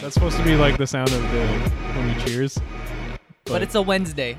That's supposed to be like the sound of the when you cheers. But it's a Wednesday.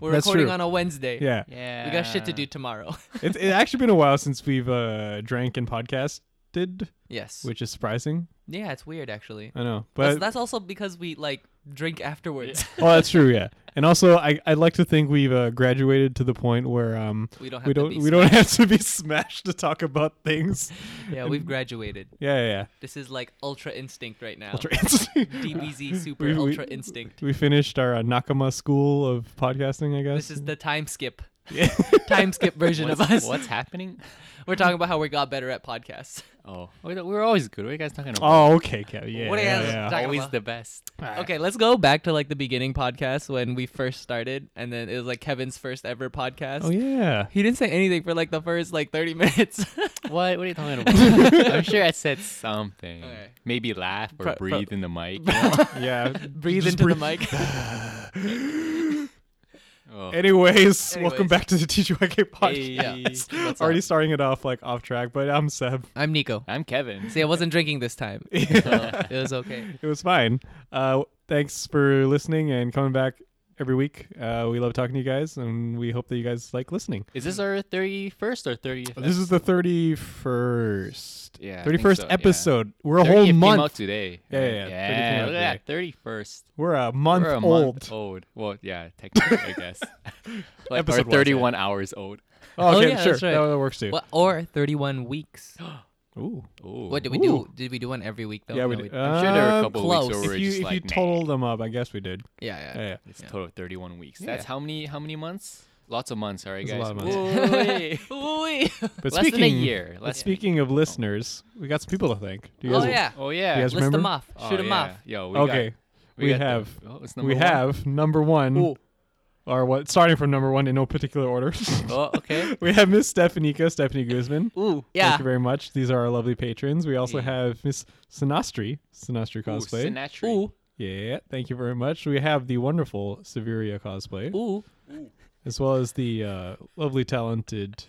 We're That's recording true. on a Wednesday. yeah. We got shit to do tomorrow. It's it actually been a while since we've uh, drank and podcasted, yes. which is surprising. yeah, it's weird actually. I know, That's, Uh, but that's also because we like drink afterwards. oh, that's true. Yeah, and also I I'd like to think we've uh, graduated to the point where um we don't have we to don't be we don't have to be smashed to talk about things. smashed. Yeah, we've graduated. Yeah, yeah. yeah. This is like ultra instinct right now. Ultra instinct. DBZ super We- we- ultra instinct. We finished our uh, Nakama School of Podcasting, I guess. This is the time skip. Yeah. time skip version What's, of us. what's happening? We're talking about how we got better at podcasts. Oh, we- we're always good. What are you guys talking about? Oh, okay, Kev. Yeah, What yeah, else? yeah. Talking always about- the best. Okay, let's go back to like the beginning podcast when we first started, and then it was like Kevin's first ever podcast. Oh yeah. He didn't say anything for like the first like 30 minutes. What? What are you talking about? I'm sure I said something. Okay. Maybe laugh or Pro- pro- breathe in the mic. you know? Yeah. breathe Just into breathe. the mic. Oh. Anyways, welcome Anyways. back to the TGYK Hey, podcast. what's Already up? starting it off like off track, but I'm Seb. I'm Nico. I'm Kevin. See, I wasn't drinking this time. So it was okay. It was fine. Uh, thanks for listening and coming back every week. Uh, we love talking to you guys, and we hope that you guys like listening. Is this our 31st or 30th? This is the thirty first. Yeah, I Thirty think first so, yeah. episode. We're a 30th whole Came out month. today. Yeah, yeah, yeah. 30th came yeah. out Look at that. 31st. We're a month We're a old. month old. Well, yeah, technically, I guess. Like, or Episode-wise, yeah. 31 hours old. Oh, Oh, okay, yeah, sure. that's right. That, that works too. What, or 31 weeks. Ooh. Ooh. What did we Ooh. do? Did we do one every week though? Yeah, we No, did. I'm sure there were Uh, a couple close. weeks where we If were you just if like, you nah. total them up, I guess we did. yeah, yeah. Yeah, yeah. It's Yeah. a total of 31 weeks. Yeah. That's how many how many months? Lots of months. All right, That's a guys. lot of months. Whoa, wait. Ooh-wee. But Less speaking than a year. But Less speaking of listeners, we got some people to thank. Do you Oh, guys- yeah. Oh yeah. You guys List them remember? off. Oh, Shoot them yeah. off. Yo, we okay. Got, we got the- have- oh, it's we number one. have number one, Ooh. or what? Starting from number one in no particular order. Oh, okay. we have Miss Stefanika, Stephanie Guzman. Ooh. Yeah. Thank you very much. These are our lovely patrons. We also Yeah. have Miss Sinastri, Sinastri cosplay. Sinatra. Ooh, yeah, thank you very much. We have the wonderful Severia cosplay, ooh. as well as the uh, lovely, talented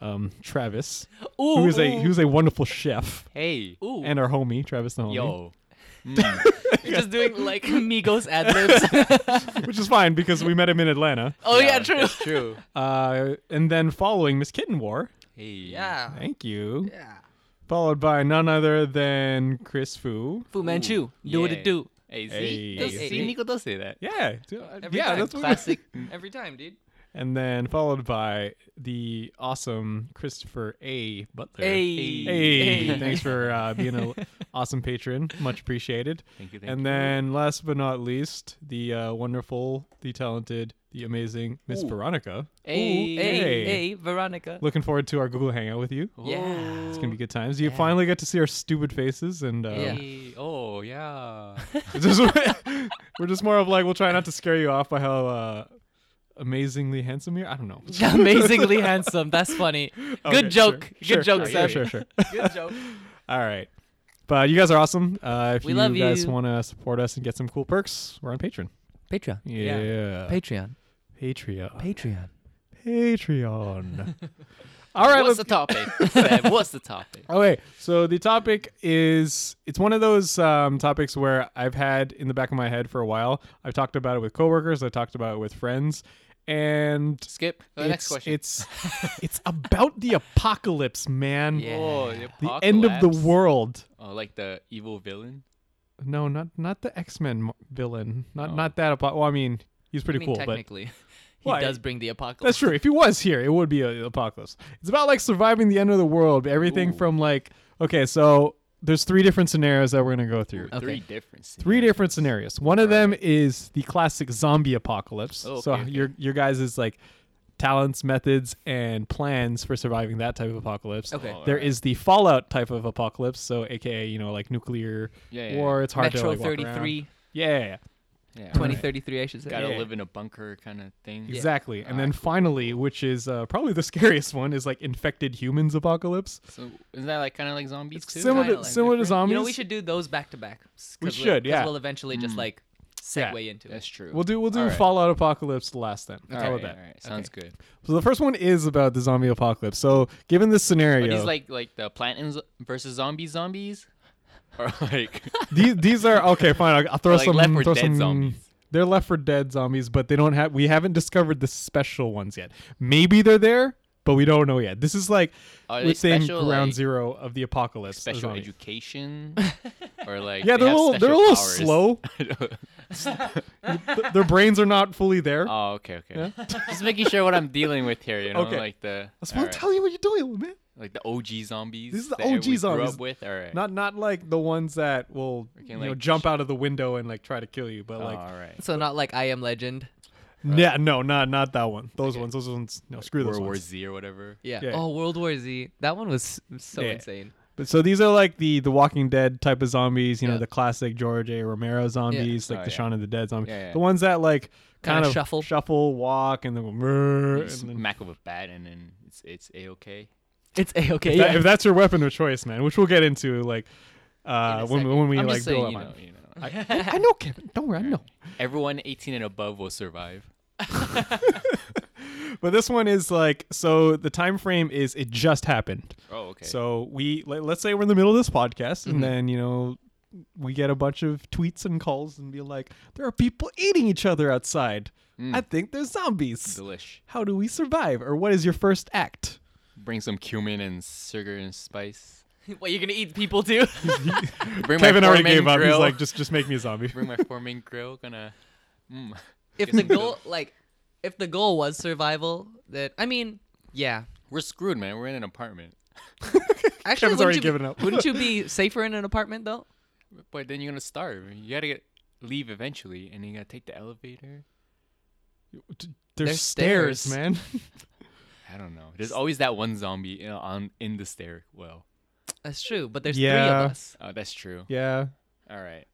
um, Travis, Ooh. who is a who's a wonderful chef, Hey. Ooh. and our homie Travis the homie. Yo. Mm. You're just doing like Migos ad libs. which is fine because we met him in Atlanta. oh, yeah, true. That's true. Uh, and then following Miss Kitten War, Hey. Yeah. thank you. Yeah. Followed by none other than Chris Fu. Fu Manchu. Ooh, Do what yeah. it do. Hey. Hey. See. Does- Hey, See, hey. Nico does say that. Yeah, d- Every yeah, time. that's what we- classic. Mm. Every time, dude. And then followed by the awesome Christopher A. Butler. Hey. Hey, Hey. thanks for uh, being an awesome patron. Much appreciated. Thank you. Thank And you. then, last but not least, the uh, wonderful, the talented, the amazing Miss Ooh. Veronica. Hey, Hey. hey, hey, Veronica. Looking forward to our Google Hangout with you. Yeah. It's gonna be good times. You finally get to see our stupid faces, and uh, Yeah. Hey. Oh yeah. it's just- we're just more of like we'll try not to scare you off by how uh, amazingly handsome you're. I don't know. Amazingly handsome. That's funny. Okay, Good joke. Sure. Good sure, joke, Sure, Seb. sure, sure. Good joke. All right, but you guys are awesome. Uh, if We you love guys you. want to support us and get some cool perks, we're on Patreon. Patreon. Yeah, Patreon. Patreon. Patreon. Patreon. All right, let's What's the topic? Seb, What's the topic? Okay, so the topic is it's one of those um, topics where I've had in the back of my head for a while. I've talked about it with coworkers, I talked about it with friends, and Skip. The it's next question. it's it's about the apocalypse, man. Yeah. Oh, The The end of the apocalypse. world. Oh, like the evil villain. No, not not the X Men villain. Not Oh. not that. Apo- well, I mean, he's pretty I mean, cool, but technically, he Why? does bring the apocalypse. That's true. If he was here, it would be a- an apocalypse. It's about like surviving the end of the world. Everything Ooh. from like okay, so there's three different scenarios that we're gonna go through. Okay. Three different. Three different scenarios. One of them is the classic zombie apocalypse. Oh, so okay, okay. your your guys is like talents, methods, and plans for surviving that type of apocalypse. Okay. There is the fallout type of apocalypse, so aka you know like nuclear Yeah, yeah, war. It's hard to Metro like, walk around. 33, Yeah, yeah, yeah. Yeah. 2033, I should say. Gotta Yeah. live in a bunker kind of thing. exactly. And Alright, then finally, which is uh, probably the scariest one, is like infected humans apocalypse. So isn't that like kind of like zombies It's too? similar Kinda to, like similar to You zombies. know, we should do those back to back. We should, yeah. Mm. We'll eventually just like Yeah. segue into it. That's true. We'll do we'll do Alright. fallout apocalypse last then. All How right, about that? all right, Sounds good. So the first one is about the zombie apocalypse. So given this But scenario, these like like the Plant and Zo- versus Zombies zombies. or like these these are okay. Fine, I'll, I'll throw Like some. Left 4 throw Dead some- zombies. They're Left for Dead zombies, but they don't have. We haven't discovered the special ones yet. Maybe they're there, but we don't know yet. This is like Are we're they saying special, ground like, zero of the apocalypse. of special zombie. education or like Yeah, they they're a have little, they're a special little powers. slow. Th- Their brains are not fully there. oh, okay, okay. Just making sure what I'm dealing with here, you know, Okay. like the I supposed alright. to tell you what you're doing, man. like the OG zombies. This is the that we OG Grew zombies. up with, all right. Not not like the ones that will can, you know like, jump out of the window and like try to kill you, but oh, like all right. So not like I am Legend. yeah, no, not not that one. Those ones, those ones. No, screw those Oh, World War ones. Z or whatever. Yeah. Yeah. Oh, World War Z. That one was so Yeah. insane. But so these are like the the Walking Dead type of zombies, you know, Yeah. the classic George A. Romero zombies, like Oh, the yeah. Shaun of the Dead zombies, Yeah, yeah. the ones that like kind Kinda of shuffle. shuffle, walk, and then go, You "Mrrr," and then. smack with a bat and then it's it's a okay. It's a okay. If, that- if that's your weapon of choice, man, which we'll get into like uh, In a when second. when we I'm like just saying, build you up. on know, it. you know. Oh, I know, Kevin. Don't worry, I know. Everyone 18 and above will survive. But this one is like so. The time frame is it just happened. Oh, okay. Mm-hmm. So we let, let's say we're in the middle of this podcast, and then you know we get a bunch of tweets and calls, and be like, "There are people eating each other outside. Mm. I think they're zombies. delish. How do we survive? Or what is your first act?" Bring some cumin and sugar and spice. What you're gonna eat people too? Bring my Kevin already Foreman gave up. He's grill. like, "Just just make me a zombie." bring my foreman grill. Gonna. Mm. if Guess the I'm good. goal, like, if the goal was survival, then I mean, yeah. We're screwed, man. We're in an apartment. Actually, Kevin's wouldn't already you, given up. wouldn't you be safer in an apartment though? But then you're gonna starve. You gotta get leave eventually, and you gotta take the elevator. There's, There's stairs, stairs. man. I don't know. There's always that one zombie in, on in the stairwell. That's true, but there's three Yeah. of us, Oh, that's true. yeah, All right.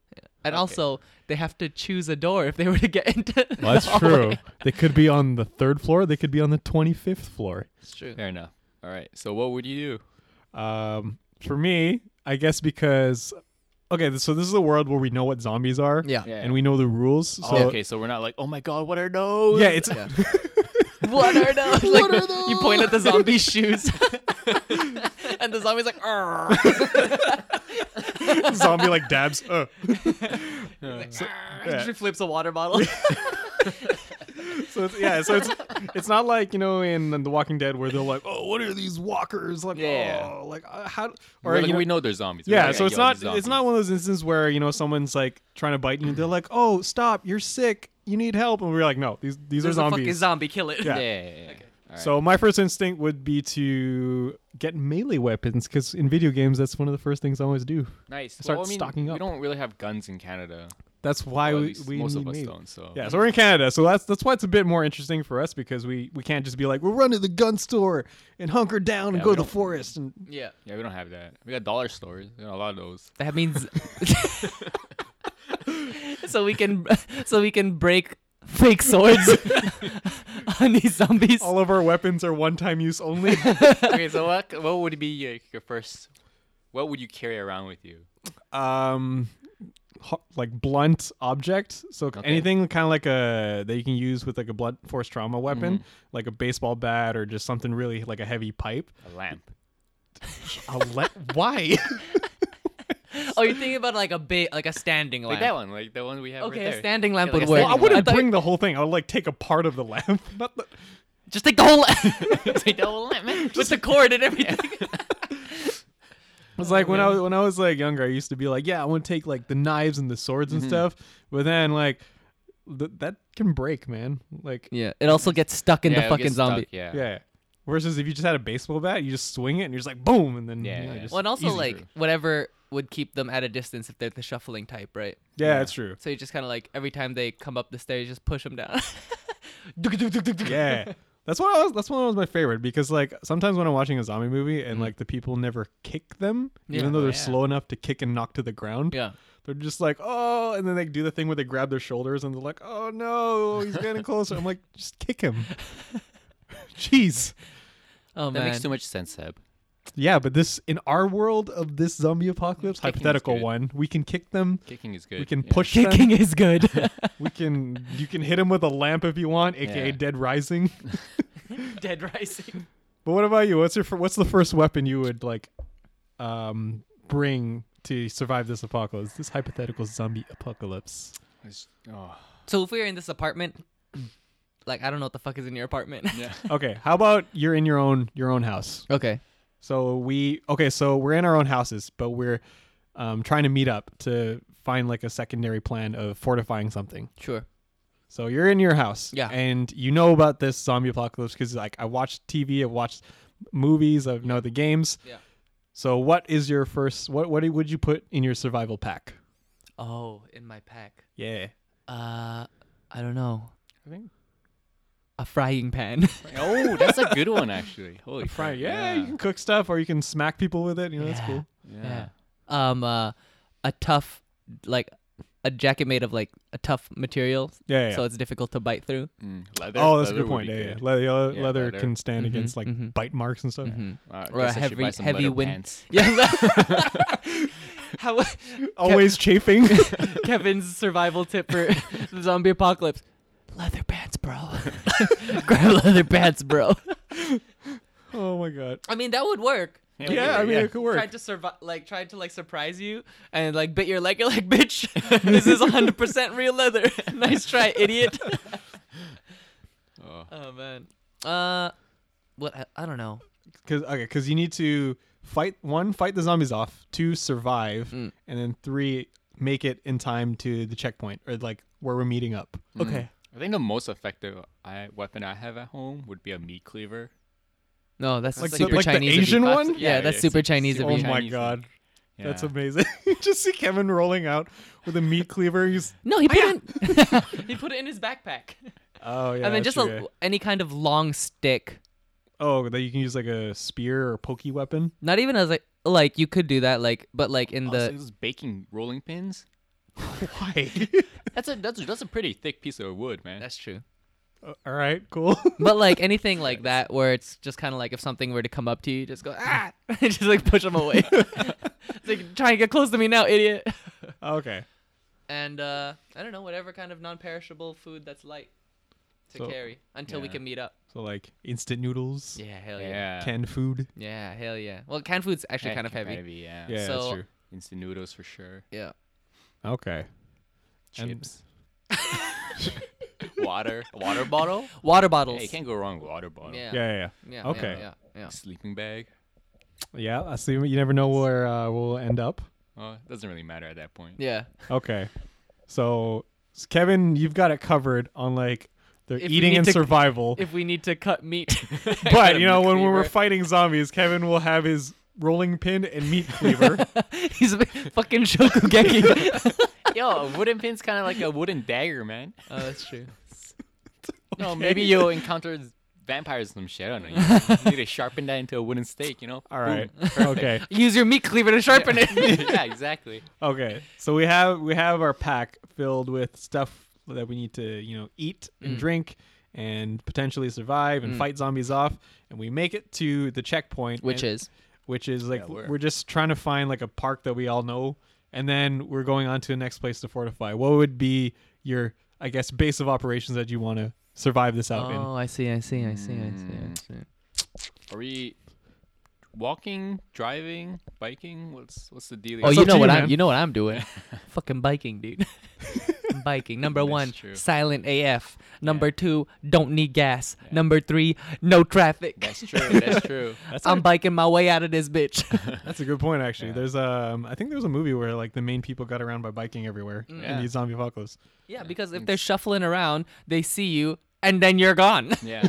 and Okay. also they have to choose a door if they were to get into. the well, that's hallway. true. They could be on the third floor. They could be on the twenty fifth floor. That's true. Fair enough. All right. So what would you do? Um, for me, I guess because okay, so this is a world where we know what zombies are, Yeah. and we know the rules. So oh, okay, so we're not like, oh my god, what are those? yeah, it's What are those? Like, You point at the zombie's shoes, and the zombie's like, "Arr." zombie like dabs. Uh. she flips a water bottle. So it's, yeah, so it's it's not like you know in The Walking Dead where they're like, oh, what are these walkers like? Yeah. Oh, like uh, how? Or Or you like, know, we know they're zombies. We're yeah, like, so it's yo, not these zombies. it's not one of those instances where you know someone's like trying to bite you. They're like, oh, stop, you're sick, you need help, and we're like, no, these these There's are a zombies. fucking zombie. Kill it. Yeah. Yeah. yeah, yeah, yeah. All right. So my first instinct would be to get melee weapons because in video games that's one of the first things I always do. nice. start well, I mean, stocking up. We don't really have guns in Canada. That's why Well, at we, least we most need of us melee. don't. So Yeah, so we're in Canada, so that's that's why it's a bit more interesting for us because we we can't just be like we'll run to the gun store and hunker down and Yeah, go we to the don't- forest and Yeah. yeah, we don't have that. We got dollar stores. We got a lot of those. That means so we can so we can break fake swords on these zombies. Oh. all of our weapons are one time use only. okay, so what what would be your, your first? What would you carry around with you? um ho- like blunt object so anything kind of like a that you can use with like a blunt force trauma weapon Mm-hmm. like a baseball bat or just something really like a heavy pipe A lamp. I'll let, why Oh, you're thinking about like a ba- like a standing lamp. Like that one, like the one we have okay, right a there. standing lamp Yeah, would like a work. well, i Anyway. wouldn't thought- bring the whole thing i would like take a part of the lamp not the, just take the whole lamp. take the whole lamp, man. With the cord and everything. It's like when I was when I was like younger, I used to be like, yeah, I want to take like the knives and the swords Mm-hmm. and stuff, but then like th- that can break, man. Like yeah. Yeah. It also gets stuck in Yeah, the it would get fucking stuck, zombie. yeah. Versus if you just had a baseball bat, you just swing it and you're just like boom, and then Yeah, you know, yeah. just Well, and also easy. like whatever would keep them at a distance if they're the shuffling type, right? yeah, that's true. So you just kind of like every time they come up the stairs, you just push them down. Yeah. That's why I was. That's one was my favorite because like sometimes when I'm watching a zombie movie and like the people never kick them, Yeah. even though they're Mm-hmm. Yeah. slow enough to kick and knock to the ground. yeah. They're just like, oh, and then they do the thing where they grab their shoulders and they're like, oh no, he's getting closer. I'm like, just kick him. Jeez. Oh That man. makes too much sense, Seb. Yeah, but this in our world of this zombie apocalypse, Kicking is hypothetical good. one, we can kick them. Kicking is good. We can yeah. push Kicking them. is good. We can. You can hit him with a lamp if you want, aka Yeah. Dead Rising. Dead Rising. But what about you? What's your? fir- What's the first weapon you would like, um, bring to survive this apocalypse, this hypothetical zombie apocalypse. It's- oh, So if we were in this apartment, like I don't know what the fuck is in your apartment. yeah. Okay, how about you're in your own your own house? okay. So we okay, so we're in our own houses, but we're um, trying to meet up to find like a secondary plan of fortifying something. Sure. So you're in your house, Yeah. and you know about this zombie apocalypse because like I watched TV, I've watched movies, I've know the games. Yeah. So what is your first? What what would you put in your survival pack? Oh, in my pack. Yeah. Uh, I don't know. I think. A frying pan. Oh, that's a good one actually. Holy crap. Fry. Yeah, you Yeah. can cook stuff or you can smack people with it. You know, that's Yeah. cool. yeah. Um, uh, a tough, like, a jacket made of like a tough material, Yeah. yeah. so it's difficult to bite through. Mm, leather- oh, that's a leather good would point. be Yeah, yeah. good. Leather, Yeah, leather leather. can stand Mhm, against like mhm. bite marks and stuff. Mhm. Wow, I Or a guess I should heavy- buy some heavy leather wind- pants. Yeah. How Always chafing. Kevin's survival tip for the zombie apocalypse: leather pants, bro. Grab leather pants, bro. oh my god. I mean, that would work. Yeah, I mean it could work. Tried to survive, like tried to like surprise you, and like bit your leg. You're like, bitch, this is 100 percent real leather. nice try, idiot. Oh. oh man. Uh, what? I, I don't know. Cause okay, cause you need to fight one, fight the zombies off. Two, survive, Mm. and then three, make it in time to the checkpoint or like where we're meeting up. Okay. I think the most effective I, weapon I have at home would be a meat cleaver. No, that's Like like the- super like the Chinese. of you. Asian That's- one? Yeah, that's it's- super it's Chinese of super Oh you. my Chinese. god, that's Yeah. amazing! Just see Kevin rolling out with a meat cleaver. He's No, he put it. In, he put it in his backpack, oh and yeah, then that's just true, a, yeah. any kind of long stick. oh that you can use like a spear or pokey weapon. Not even as like like you could do that like, but like Oh, in Also, the Oh, those baking rolling pins. Why? That's a that's a, that's a pretty thick piece of wood, man. that's true. All right, cool. But like anything like that, where it's just kind of like if something were to come up to you, just go ah, and just like push them away. it's like try and get close to me now, idiot. okay. And uh, I don't know, whatever kind of non-perishable food that's light to So- carry until we yeah. can meet up. So like instant noodles, Yeah, hell yeah. yeah. yeah. canned food. hell yeah. Well, canned food's actually Eh, kind of heavy. yeah. Yeah, that's So- true. Instant noodles for sure. Yeah. Okay. And- Chips. water. A water bottle. Water Yeah, bottles. you can't go wrong with water bottle. yeah. Yeah, yeah, yeah. Yeah. Okay. Yeah. Yeah. Sleeping bag. Yeah, I see. You never know where uh, we'll end up. Well, it doesn't really matter at that point. yeah. Okay, so s- Kevin, you've got it covered on like they're If we eating need and to- survival. If we need to cut meat. but you know, when we're cleaver. fighting zombies, Kevin will have his rolling pin and meat cleaver. He's a fucking Shokugeki. Yo, a wooden pin's kind of like a wooden dagger, man. oh, Uh, that's true. No, maybe you'll encounter z- vampires and some shit. I don't know. You you need to sharpen that into a wooden stake, you know? All right. Boom. Perfect. okay. Use your meat cleaver to sharpen it. yeah, exactly. Okay. So we have we have our pack filled with stuff that we need to you know eat and Mm. drink and potentially survive and Mm. fight zombies off, and we make it to the checkpoint, Which and- is which is like Yeah, we're, where? just trying to find like a park that we all know and then we're going on to the next place to fortify what would be your i guess base of operations that you want to survive this out in Oh, I see, I see, I see, I see, I Mm. see. Are we walking, driving, biking? What's what's the deal? Oh, It's you up to know you, what man. I'm you know what I'm doing. Fucking biking, dude. biking. Number That's one, true. silent AF. Number two, don't need gas. Yeah. Number three, no traffic. That's true. That's true. that's, I'm a, biking my way out of this bitch. that's a good point actually Yeah. there's um i think there was a movie where like the main people got around by biking everywhere in Mm. Yeah. the zombie apocalypse yeah, because if they're shuffling around, they see you and then you're gone. Yeah.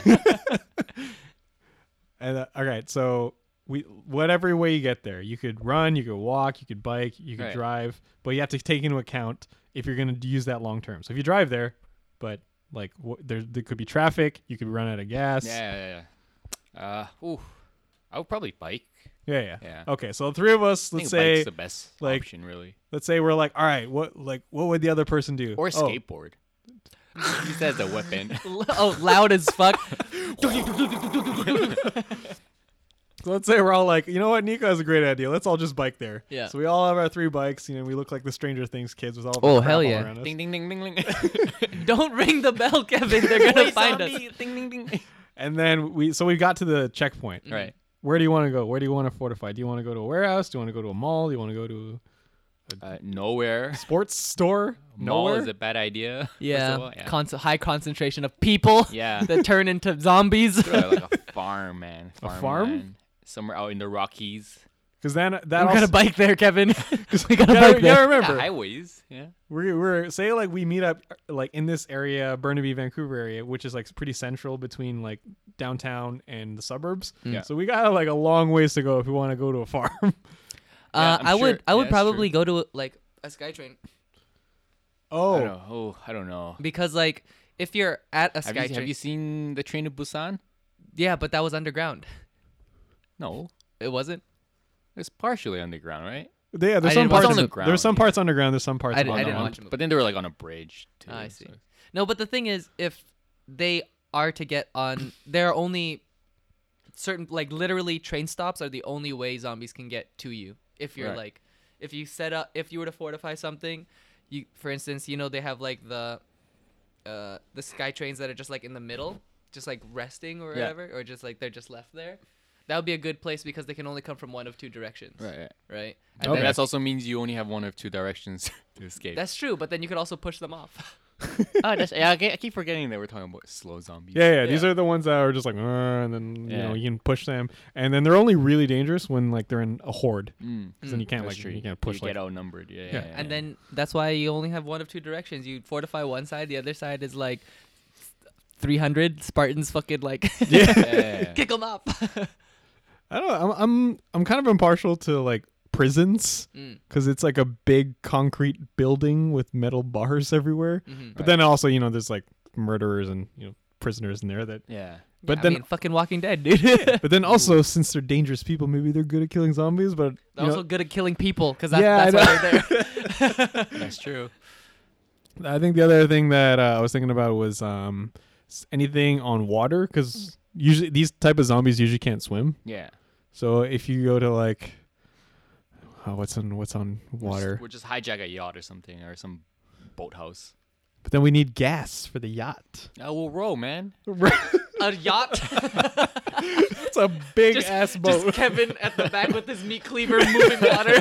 and uh, all right so we whatever way you get there you could run you could walk you could bike you could Right. drive but you have to take into account if you're going to use that long term so if you drive there but like wh- there, there could be traffic you could run out of gas Yeah. yeah, yeah. Uh, ooh, I would probably bike. Yeah, yeah. Yeah. Okay, so the three of us, I let's think say, bike's the best like- option, really. let's say we're like, all right, what, like, what would the other person do? Or Oh, a skateboard. Use that as a weapon. L- oh, loud as fuck. so let's say we're all like, you know what, Nico has a great idea. Let's all just bike there. Yeah. So we all have our three bikes. You know, we look like the Stranger Things kids with all. the Oh, crap hell all yeah. around us. ding ding ding ding ding. Don't ring the bell, Kevin. They're gonna Wait, find us. zombie. Ding ding ding. And then we, so we got to the checkpoint. Right. Where do you want to go? Where do you want to fortify? Do you want to go to a warehouse? Do you want to go to a mall? Do you want to go to Uh, nowhere. Sports store? Mm. Mall Nowhere? is a bad idea. first of all, Yeah, yeah. Con- high concentration of people Yeah. that turn into zombies. Throw it like a farm, man. A farm? Farmland. Somewhere out in the Rockies. Because then that we also, got a bike there, Kevin. we got a gotta, bike there. gotta Yeah, remember highways. Yeah. we're, we're say like we meet up like in this area burnaby vancouver area which is like pretty central between like downtown and the suburbs Yeah. so we got like a long ways to go if we want to go to a farm Uh, I'm I would sure- I would yeah, that's probably go to like a SkyTrain I don't oh know. Oh, I don't know. because like if you're at a Have you, have SkyTrain, you seen the train to Busan? yeah, but that was underground. No. It wasn't. It's partially underground, right? yeah there's I some didn't watch parts it. Underground, there's some yeah. parts underground there's some parts I didn't- above I didn't ground. watch it. But then they were like on a bridge too. I so see. No, but the thing is, if they are to get on, there are only certain, like literally, train stops are the only way zombies can get to you. If you're Right. like, if you set up, if you were to fortify something, you, for instance, you know they have like the, uh, the sky trains that are just like in the middle, just like resting or Yeah. whatever, or just like they're just left there. That would be a good place because they can only come from one of two directions, Right. right. Right. And And then- Okay. that also means you only have one of two directions to escape. that's true, but then you could also push them off. oh, that's, yeah, I ke- I keep forgetting that we're talking about slow zombies. yeah, yeah, these Yeah. are the ones that are just like, "Uh," and then you Yeah. know you can push them, and then they're only really dangerous when like they're in a horde, Mm. 'Cause then you can't That's like true. you can't push You like get outnumbered. Yeah. yeah. Yeah. And then that's why you only have one of two directions. You fortify one side, the other side is like 300 Spartans fucking like yeah, yeah, yeah. kick them up. I don't. know, I'm I'm I'm kind of impartial to like prisons Mm. because it's like a big concrete building with metal bars everywhere. mm-hmm. But then also, you know, there's like murderers and you know prisoners in there that. yeah. But I then, mean, fucking Walking Dead, dude. They're but then also, since they're dangerous people, maybe they're good at killing zombies. But you know, also good at killing people because that's, Yeah, I that's why they're there. That's true. I think the other thing that uh, I was thinking about was um s- anything on water because usually these type of zombies usually can't swim. Yeah. So if you go to like, oh, what's on what's on water? We'll just hijack a yacht or something or some boathouse. But then we need gas for the yacht. Oh, we'll row, man. A yacht. It's a big Just- ass boat. Just Kevin at the back with his meat cleaver moving water.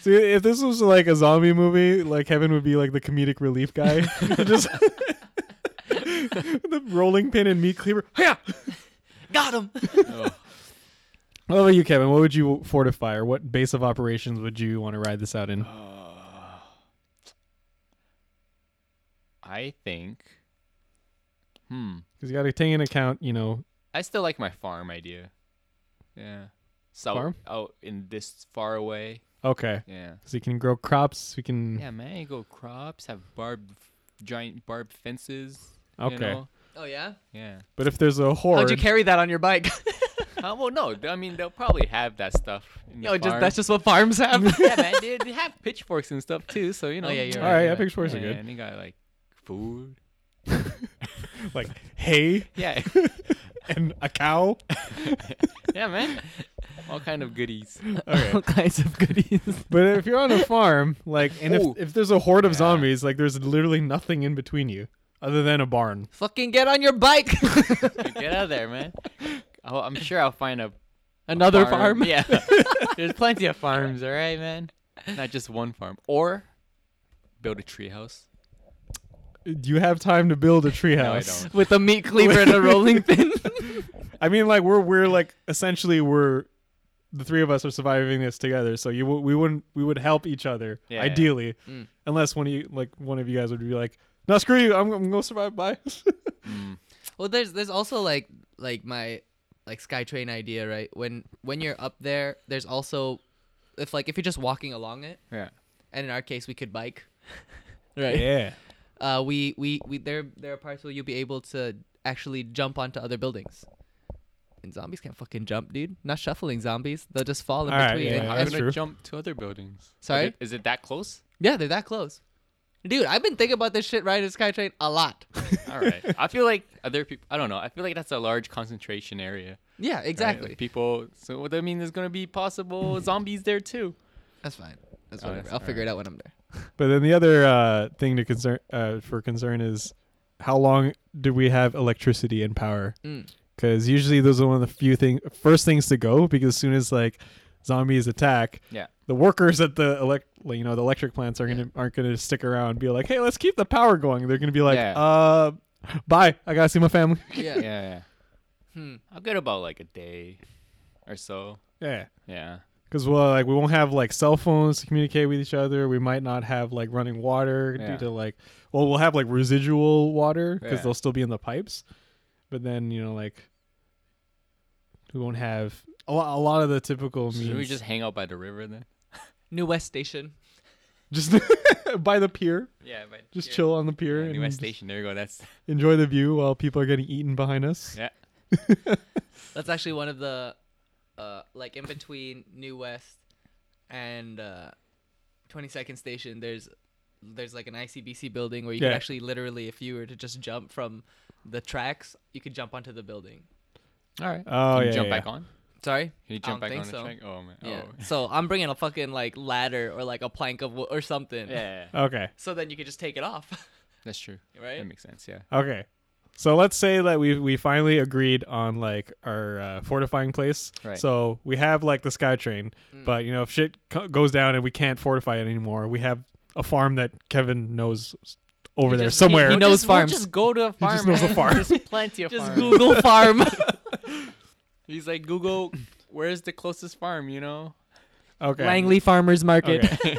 See, if this was like a zombie movie, like Kevin would be like the comedic relief guy. just the rolling pin and meat cleaver. Hiya! Got him. What about you, Kevin? What would you fortify, or what base of operations would you want to ride this out in? Uh, I think. Hmm. Because you got to take into account, you know, I still like my farm idea. Yeah. So Farm? out in this far away. okay, Yeah. because you can grow crops. We can. Yeah, man. You go crops, have barbed, giant barbed fences. Okay. You know? Oh, yeah? Yeah. But if there's a How'd horde, you carry that on your bike? Uh, well, no. th- I mean, they'll probably have that stuff. In the Yo, just, farm. that's just what farms have. yeah, man. They, they have pitchforks and stuff too. So you know. Oh, yeah, you're All right, right, yeah, right. pitchforks are good. And they got like food. like hay Yeah. and a cow. yeah, man. All kind of goodies. All kinds of goodies. But if you're on a farm, like, and if, Ooh. if there's a horde of Yeah. zombies, like, there's literally nothing in between you other than a barn. Fucking get on your bike. Get out of there, man. I'll, I'm sure I'll find a Another farm. Yeah. There's plenty of farms, all right, man. Not just one farm. Or build a treehouse. Do you have time to build a treehouse? don't. with a meat cleaver and a rolling pin. I mean, like we're we're like essentially we're the three of us are surviving this together. So you w- we wouldn't we would help each other Yeah, ideally, Mm. unless one of you like one of you guys would be like, "No, screw you, I'm, I'm gonna survive." Bye. well, there's there's also like like my like SkyTrain idea, right? When when you're up there, there's also if like if you're just walking along it, Yeah. and in our case we could bike, right? yeah. Uh, we, we we there there are parts where you'll be able to actually jump onto other buildings. And zombies can't fucking jump, dude. Not shuffling zombies; they'll just fall in All right, between. yeah, And- yeah, I'm that's and- gonna true. jump to other buildings. Sorry? Is it- is it that close? yeah, they're that close, dude. I've been thinking about this shit riding SkyTrain a lot. All right. I feel like other people. I don't know. I feel like that's a large concentration area. right? yeah, exactly. Like people. So what I mean, there's gonna be possible zombies there too. That's fine. That's Oh, whatever. that's- I'll all figure right. it out when I'm there. But then the other uh, thing to concern uh, for concern is how long do we have electricity and power? Mm. Because usually those are one of the few thing first things to go because as soon as like zombies attack, Yeah. the workers at the elect, you know, the electric plants are gonna aren't gonna stick around and be like, hey, let's keep the power going. They're gonna be like, Yeah. uh, bye. I gotta see my family. Yeah. Yeah, yeah. Hmm. I'll get about like a day or so. yeah. Yeah. Because well, like we won't have like cell phones to communicate with each other. We might not have like running water Yeah. due to like well, we'll have like residual water because Yeah. they'll still be in the pipes. But then you know like we won't have a lot. A lot of the typical means. Should we just hang out by the river then? New West Station. just by the pier, Yeah, but just chill on the pier New and West just Station. There you go. That's enjoy the view while people are getting eaten behind us. yeah. That's actually one of the, uh, like in between New West and uh, 22nd Station. There's there's like an ICBC building where you Yeah. can actually literally, if you were to just jump from the tracks, you could jump onto the building. All right. Oh, Can you yeah, jump yeah, back on? Sorry, Can you I don't jump back think on so. the train? Oh man. Yeah. Oh. So I'm bringing a fucking like ladder or like a plank of wood or something. Yeah. Okay. So then you could just take it off, That's true. right? That makes sense. Yeah. Okay. So let's say that we we finally agreed on like our uh, fortifying place. Right. So we have like the SkyTrain, Hmm. but you know if shit co- goes down and we can't fortify it anymore, we have a farm that Kevin knows s- over there just- he- somewhere. he knows just, we'll farms. just go to a farm. just knows a man. farm. There's plenty of just farms. Google farm. He's like Google. Where's the closest farm? You know. okay. Langley Farmers Market. Okay.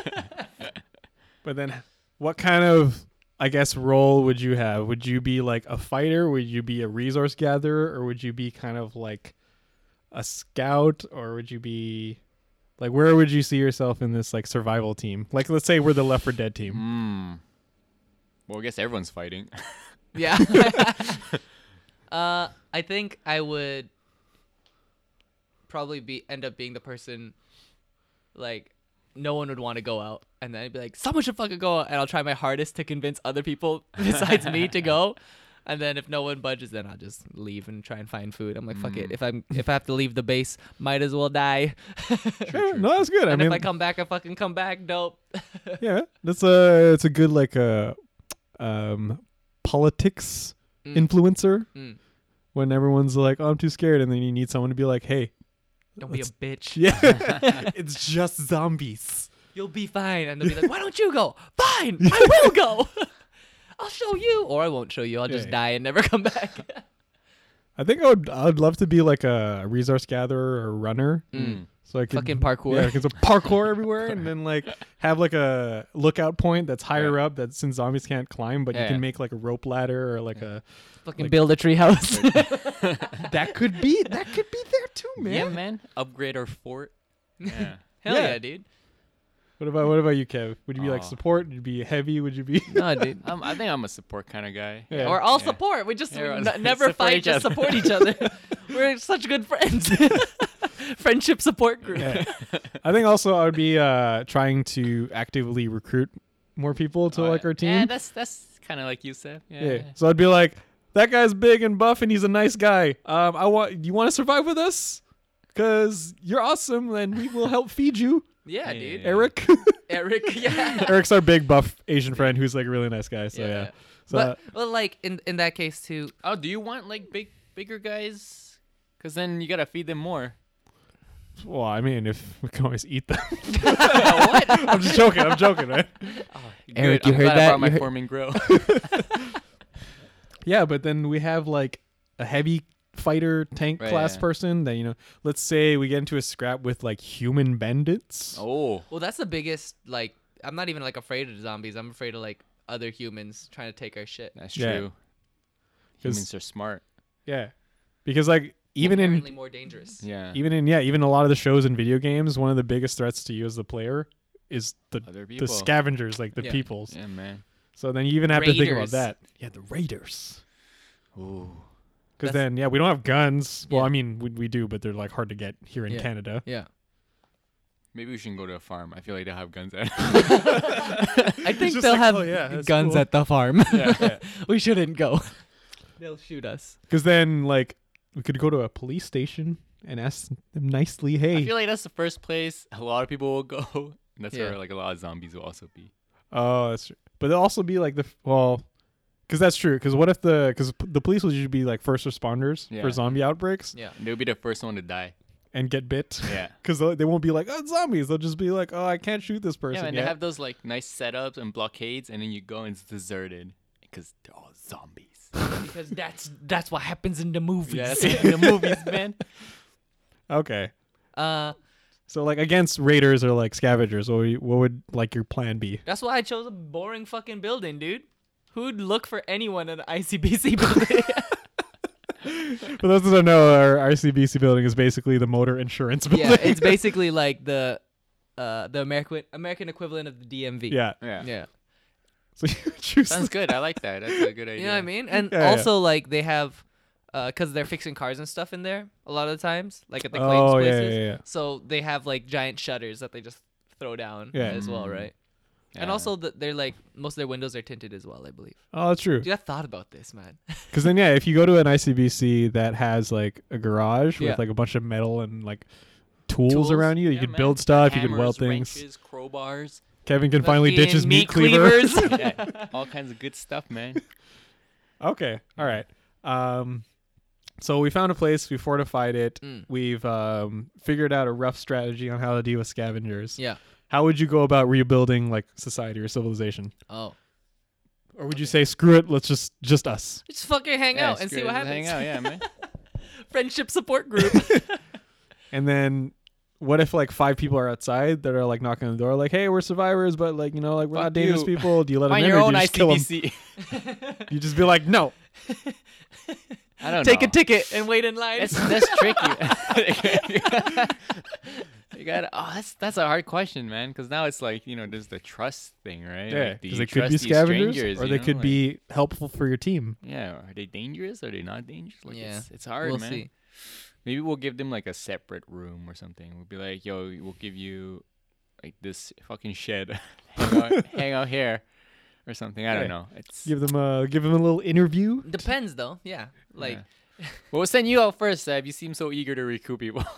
but then, what kind of I guess role would you have? Would you be like a fighter? Would you be a resource gatherer, or would you be kind of like a scout, or would you be like where would you see yourself in this like survival team? Like let's say we're the Left 4 Dead team. Hmm. Well, I guess everyone's fighting. Yeah. uh, I think I would probably be end up being the person like no one would want to go out and then I'd be like someone should fucking go out and I'll try my hardest to convince other people besides me to go and then if no one budges then I'll just leave and try and find food. I'm like fuck it if I'm if I have to leave the base might as well die. Yeah, no, that's good. Mm, and I mean, if I come back I fucking come back dope. yeah, that's a it's a good like uh, um politics Mm. influencer. Mm. When everyone's like, "Oh, I'm too scared," and then you need someone to be like, "Hey, Don't be a Let's- bitch. yeah, it's just zombies." you'll be fine. And they'll be like, why don't you go? Fine, I will go. I'll show you. Or I won't show you. I'll Yeah, just yeah. die and never come back. I think I would. I'd love to be like a resource gatherer or runner, Mm. so I could Fucking parkour. Yeah, because parkour everywhere, and then like have like a lookout point that's higher Yeah. up that since zombies can't climb, but you Yeah. can make like a rope ladder or like Fucking build a tree house. a that could be that could be there too, man. Yeah, man. Upgrade our fort. Yeah. Hell Yeah. yeah. dude. What about what about you, Kev? Would you be like Aw. support? Would you be heavy? Would you be? No, dude. I'm, I think I'm a support kind of guy. Yeah. Or all Yeah. support. We just Yeah, n- right. never Support fight, each just other. support each other. We're such good friends. Friendship support group. Yeah. I think also I would be uh, trying to actively recruit more people to Oh, like yeah. our team. Yeah, that's that's kind of like you said. Yeah. Yeah. So I'd be like, that guy's big and buff and he's a nice guy. Um, I want you want to survive with us? Cause you're awesome and we will help feed you, Yeah, Yeah, dude. yeah, Eric. Eric. Yeah. Eric's our big buff Asian friend who's like a really nice guy. So yeah. Yeah. So But, but like in, in that case too, Oh, do you want like big bigger guys? Cause then you gotta feed them more. well, I mean, if we can always eat them. what? I'm just joking. I'm joking, right? Eric, Good, you I'm heard glad that? I brought my You heard- forming grill. Yeah, but then we have like a heavy fighter tank Right, class yeah. person that you know. Let's say we get into a scrap with like human bandits. oh. Well, that's the biggest like I'm not even like afraid of zombies. I'm afraid of like other humans trying to take our shit. That's true. Yeah. 'Cause- Humans are smart. Yeah, because like even in Apparently more dangerous. Yeah. even in yeah even a lot of the shows and video games one of the biggest threats to you as the player is the Other the Uh, people. scavengers like the Yeah. peoples yeah, man. so then you even have to think about Raiders. that yeah the raiders Ooh. because That's- then yeah we don't have guns well Yeah. i mean we, we do but they're like hard to get here in Yeah. canada Yeah. Maybe we should go to a farm. I feel like they'll have guns at I think just they'll like, have oh, yeah, that's guns cool. at the farm. yeah. we shouldn't go. They'll shoot us. because then like we could go to a police station and ask them nicely I hey feel like that's the first place a lot of people will go. And that's Yeah. where like a lot of zombies will also be. oh that's true but it'll also be like the f- well because that's true because what if the because the police will usually be like first responders Yeah. for zombie outbreaks Yeah. And they'll be the first one to die. and get bit. Yeah. Because they won't be like, oh, it's zombies. They'll just be like, oh, I can't shoot this person. Yeah, and yet." they have those like nice setups and blockades, and then you go and it's deserted because they're all zombies. because that's that's what happens in the movies. yeah, that's like the movies, man. okay. Uh, So like against raiders or like scavengers, what would, you- what would like your plan be? that's why I chose a boring fucking building, dude. Who'd look for anyone in an ICBC building? For those that don't know, our RCBC building is basically the motor insurance building. yeah, it's basically like the uh the American American equivalent of the DMV. yeah. Yeah. Yeah. So you choose. Sounds good. I like that. That's a good idea. You know what I mean? And Yeah, yeah. also like they have uh cuz they're fixing cars and stuff in there a lot of the times, like at the claims oh yeah, yeah, places. yeah. So they have like giant shutters that they just throw down Yeah. as well, right? And Mm. Yeah. also the, they're like most of their windows are tinted as well, I believe. Oh, that's true. Dude, I thought about this, man. Because then, yeah, if you go to an ICBC that has like a garage Yeah. with like a bunch of metal and like tools, Tools? around you, you Yeah, can man. build stuff, you can Hammers, weld things. wrenches, crowbars, Kevin can finally ditch his Fucking meat cleaver. cleavers. yeah, all kinds of good stuff, man. okay, Mm-hmm. all right. Um, so we found a place, we fortified it, Mm. we've um, figured out a rough strategy on how to deal with scavengers. yeah. How would you go about rebuilding like society or civilization? Oh. Or would you say, screw it, let's just just us? Just fucking hang Yeah, out and see screw what it, happens. Hang out, yeah, man. Friendship support group. And then what if like five people are outside that are like knocking on the door, like, hey, we're survivors, but like you know, like we're Fuck not dangerous you. people. Do you let them Find in your or own do you just kill them? ICBC. You just be like, no. I don't Take know. a ticket and wait in line. That's that's tricky. you got to oh, that's that's a hard question, man. Because now it's like you know, there's the trust thing, right? Yeah, like, do because you they could trust be these scavengers, strangers, or you they know? could Like, be helpful for your team. Yeah, are they dangerous? Are they not dangerous? Like, Yeah. it's, it's hard, we'll man. see. Maybe we'll give them like a separate room or something. We'll be like, yo, we'll give you like this fucking shed. hang, out, hang out here or something. I Yeah. don't know. It's Give them a give them a little interview. Depends though. Yeah. Like Yeah. Well, we'll send you out first, Seb. You seem so eager to recruit people.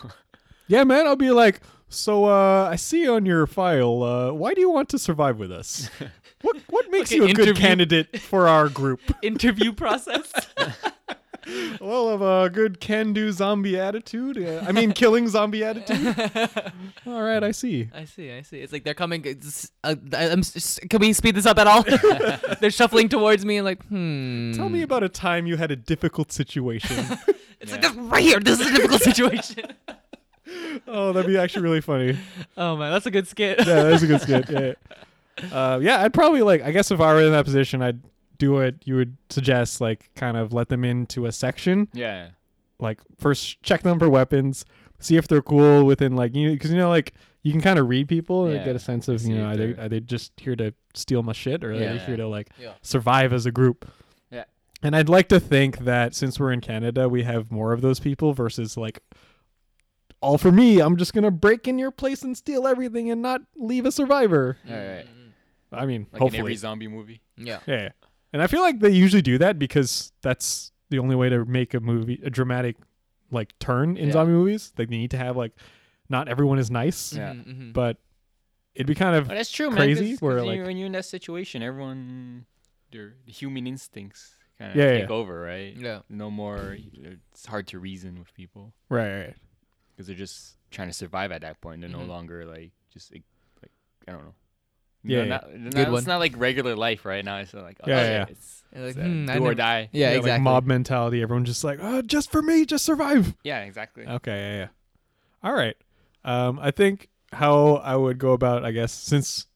Yeah, man, I'll be like, so uh, I see on your file. Uh, why do you want to survive with us? What what makes Okay, you a good interview. candidate for our group? interview process. well, of a good can-do zombie attitude. Uh, I mean, killing zombie attitude. All right, I see. I see, I see. It's like they're coming. It's, uh, I'm, s- can we speed this up at all? they're shuffling towards me and like, hmm. Tell me about a time you had a difficult situation. It's Yeah. like that's right here. This is a difficult situation. oh, that'd be actually really funny. oh man, that's a good skit. yeah, that's a good skit. Yeah, yeah. Uh, yeah, I'd probably like. I guess if I were in that position, I'd do what you would suggest, like kind of let them into a section, yeah. like first check them for weapons, see if they're cool within like you because you know like you can kind of read people and Yeah, get a sense of see you know if are they they're- are they just here to steal my shit or are they Yeah. here to like Yeah. survive as a group. Yeah. And I'd like to think that since we're in Canada, we have more of those people versus like all for me. I'm just gonna break in your place and steal everything and not leave a survivor. All right. I mean, Like in every Mm-hmm. hopefully. zombie movie. Yeah. Yeah. And I feel like they usually do that because that's the only way to make a movie a dramatic like turn in Yeah. zombie movies. Like they need to have like not everyone is nice, Yeah. Mhm, mhm. but it'd be kind of Oh, that's true, man. Crazy, 'cause- where, 'cause like- you, when you're in that situation, everyone, their human instincts kind of Yeah, yeah, take yeah. over, right? Yeah. No more. It's hard to reason with people right, right. because they're just trying to survive at that point. They're Mm-hmm. Mhm. no longer like just like, like I don't know. Yeah, no, yeah. Not, they're Good not- one. It's not like regular life right now. It's like, oh, Yeah, shit, yeah. It's, And, like, it's, uh, hmm, I do or never- die. Yeah, Yeah, exactly. Like mob mentality. Everyone's just like, oh, just for me, just survive. Yeah, exactly. Uh, Okay, yeah, yeah. All right. Um, I think how I would go about, I guess, since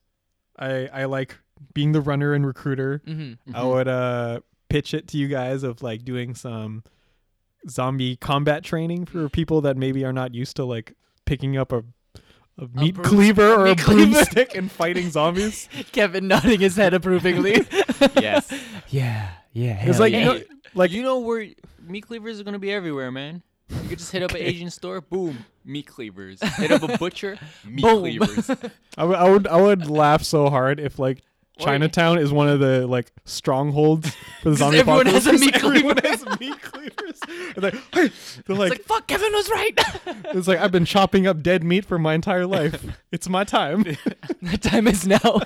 I I like being the runner and recruiter, Mhm. I Mm-hmm. would uh pitch it to you guys of like doing some zombie combat training for people that maybe are not used to like picking up a a meat broom- cleaver or meat a cleaver. broomstick and fighting zombies. Kevin nodding his head approvingly. yes. yeah. Yeah. it's like you yeah. know, like Like you know where meat cleavers are gonna be everywhere, man. You could just hit up an Asian store, boom, meat cleavers. Hit up a butcher, meat Boom. cleavers. I, w- I would I would laugh so hard if like Or- Chinatown is one of the like strongholds for the 'Cause zombie everyone has a apocalypse. meat cleaver. Everyone has meat cleavers. And they're, "Hey!" They're It's like, like fuck. Kevin was right. it's like I've been chopping up dead meat for my entire life. It's my time. The time is now.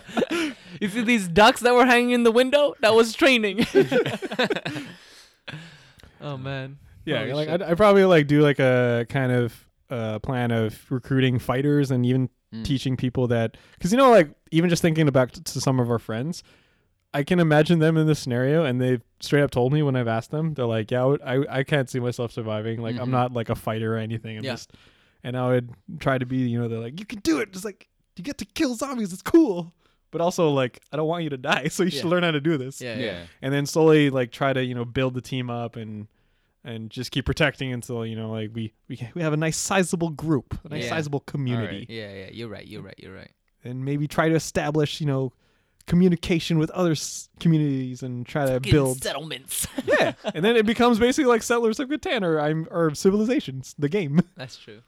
you see these ducks that were hanging in the window? That was training. oh man. Yeah, Holy like shit. Oh, I'd, I'd probably like do like a kind of uh, plan of recruiting fighters and even Hmm. Mm. teaching people that because you know like even just thinking about t- to some of our friends i can imagine them in this scenario and they've straight up told me when i've asked them they're like yeah i, would- I, I can't see myself surviving like i'm Mhm. not like a fighter or anything I'm Mm-hmm. Yeah. just, and i would try to be you know they're like you can do it just like you get to kill zombies it's cool but also like i don't want you to die so you should Yeah. learn how to do this Yeah, yeah. yeah. and then slowly like try to you know build the team up and and just keep protecting until you know like we we, we have a nice sizable group a nice Yeah. sizable community Yeah, yeah, you're right. You're right. You're right. and maybe try to establish you know communication with other s- communities and try to Fucking build settlements. yeah and then it becomes basically like settlers of catan or i'm or civilizations the game That's true.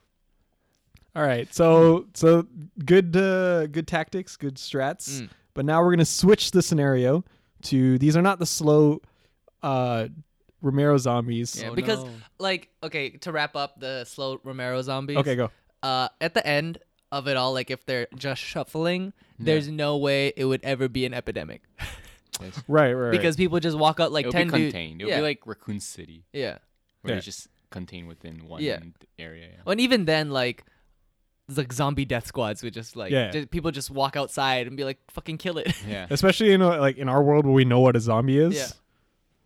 all right so so good uh, good tactics good strats Mm. but now we're going to switch the scenario to these are not the slow uh romero zombies Yeah, Oh, because no. like okay, to wrap up the slow Romero zombies. okay go Uh, at the end of it all, like if they're just shuffling, there's no way it would ever be an epidemic Yes. Right, right. right. because people just walk out like It'll ten be dudes. contained. It'll yeah, be like Raccoon City, yeah. where Yeah. it's just contained within one Yeah. area. yeah. Well, and even then, like like zombie death squads would just like Yeah. ju- people just walk outside and be like, "Fucking kill it." Yeah. especially in a, like in our world where we know what a zombie is. Yeah.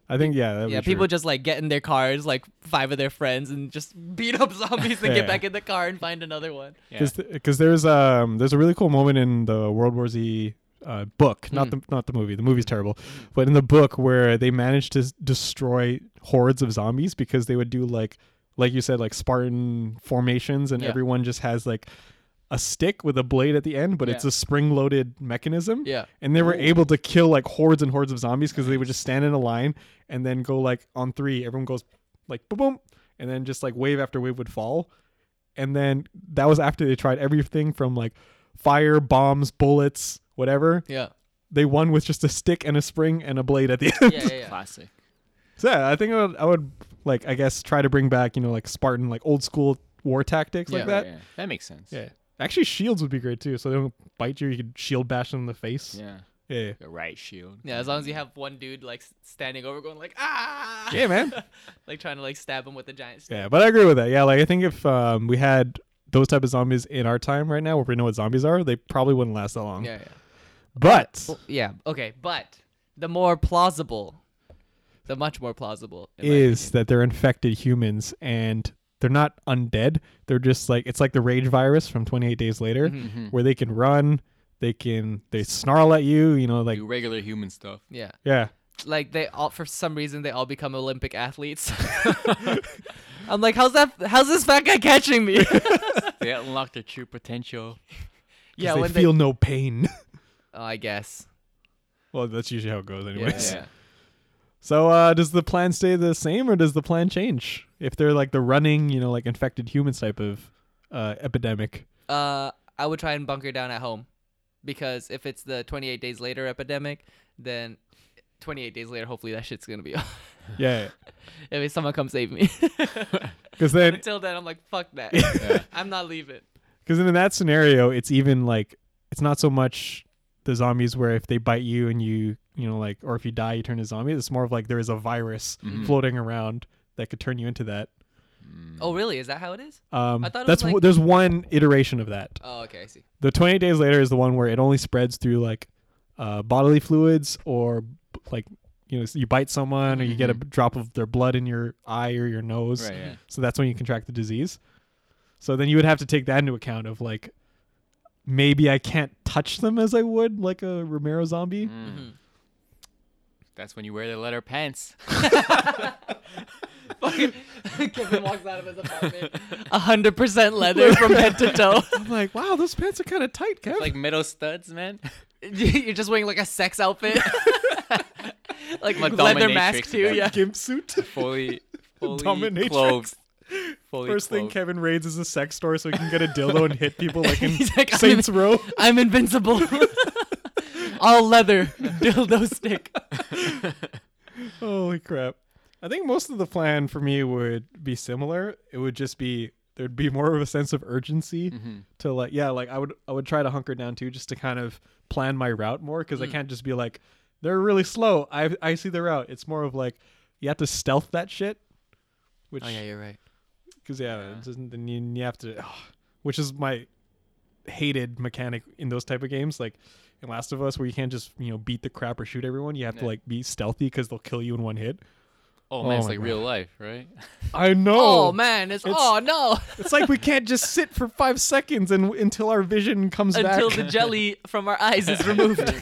I think yeah. that'd yeah, be true. people just like get in their cars, like five of their friends, and just beat up zombies and Yeah. get back in the car and find another one. because there's um there's a really cool moment in the World War Z uh, book, not Hmm. the not the movie. The movie's terrible, but in the book where they managed to s- destroy hordes of zombies because they would do like like you said like Spartan formations and Yeah. everyone just has like a stick with a blade at the end, but it's Yeah. a spring-loaded mechanism. Yeah. and they were able to kill like hordes and hordes of zombies because they would just stand in a line and then go like on three. Everyone goes like boom, boom, and then just like wave after wave would fall. And then that was after they tried everything from like fire, bombs, bullets, whatever. Yeah. They won with just a stick and a spring and a blade at the end. Yeah, yeah, yeah. Classic. so yeah, I think I would, I would like I guess try to bring back you know like Spartan like old school war tactics like Yeah. that. yeah. That makes sense. Yeah. Actually, shields would be great too. So they don't bite you. You could shield bash them in the face. Yeah. Yeah. The right shield. Yeah, as long as you have one dude like s- standing over, going like ah, Yeah, man. like trying to like stab him with a giant. stick. Yeah, but I agree with that. Yeah, like I think if um, we had those type of zombies in our time right now, where we know what zombies are, they probably wouldn't last that long. Yeah, yeah. But Well, yeah. Okay, but the more plausible, the much more plausible in my is that they're infected humans and they're not undead. They're just like it's like the rage virus from 28 Days Later, Mm-hmm, where they can run, they can they snarl at you. You know, like Do regular human stuff. Yeah. yeah, Like they all for some reason they all become Olympic athletes. I'm like, how's that how's this fat guy catching me? they unlock their true potential. 'cause yeah, they when feel no pain. they, oh, I guess. well, that's usually how it goes, Yeah, anyways. yeah. So uh, does the plan stay the same or does the plan change if they're like the running, you know, like infected humans type of uh, epidemic? Uh I would try and bunker down at home. Because if it's the twenty eight days later epidemic, then twenty eight days later hopefully that shit's gonna be off. Yeah, I mean someone come save me. because then Until then I'm like, fuck that. I'm not leaving. because then in that scenario, it's even like it's not so much the zombies where if they bite you and you you know like or if you die you turn to zombie. It's more of like there is a virus Mhm. floating around that could turn you into that. Oh really? Is that how it is? Um, I thought it was that's w like- there's one iteration of that. Oh okay, I see. The 28 days later is the one where it only spreads through like uh, bodily fluids or b- like you know you bite someone or you get a b- drop of their blood in your eye or your nose. Right, yeah. So that's when you contract the disease. So then you would have to take that into account of like maybe I can't touch them as I would like a Romero zombie. That's when you wear the leather pants. Kevin walks out of his apartment. hundred percent leather from head to toe. I'm like, wow, those pants are kind of tight, Kev. like metal studs, man. You're just wearing like a sex outfit. like Like leather dominatrix mask too, effect. yeah. gimp suit. Fully, fully Dominatrix. clothed. Fully First thing clothed. Kevin raids is a sex store so he can get a dildo and hit people like in He's like, I'm Saints Row. I'm invincible. All leather, dildo stick. Holy crap. I think most of the plan for me would be similar. It would just be there'd be more of a sense of urgency Mm-hmm. to like yeah, like I would I would try to hunker down too just to kind of plan my route more cuz Mm. I can't just be like they're really slow. I I see their route. It's more of like you have to stealth that shit. Which Oh yeah, you're right. because yeah, Yeah. it's just- then you, you have to, ugh, which is my hated mechanic in those type of games, like in Last of Us, where you can't just you know beat the crap or shoot everyone. You have to Yeah. like be stealthy because they'll kill you in one hit. Oh Oh man, it's my like real life, right? I know. Oh, man, it's, It's- oh no. It's like we can't just sit for five seconds and until our vision comes Until back. the jelly from our eyes is removed.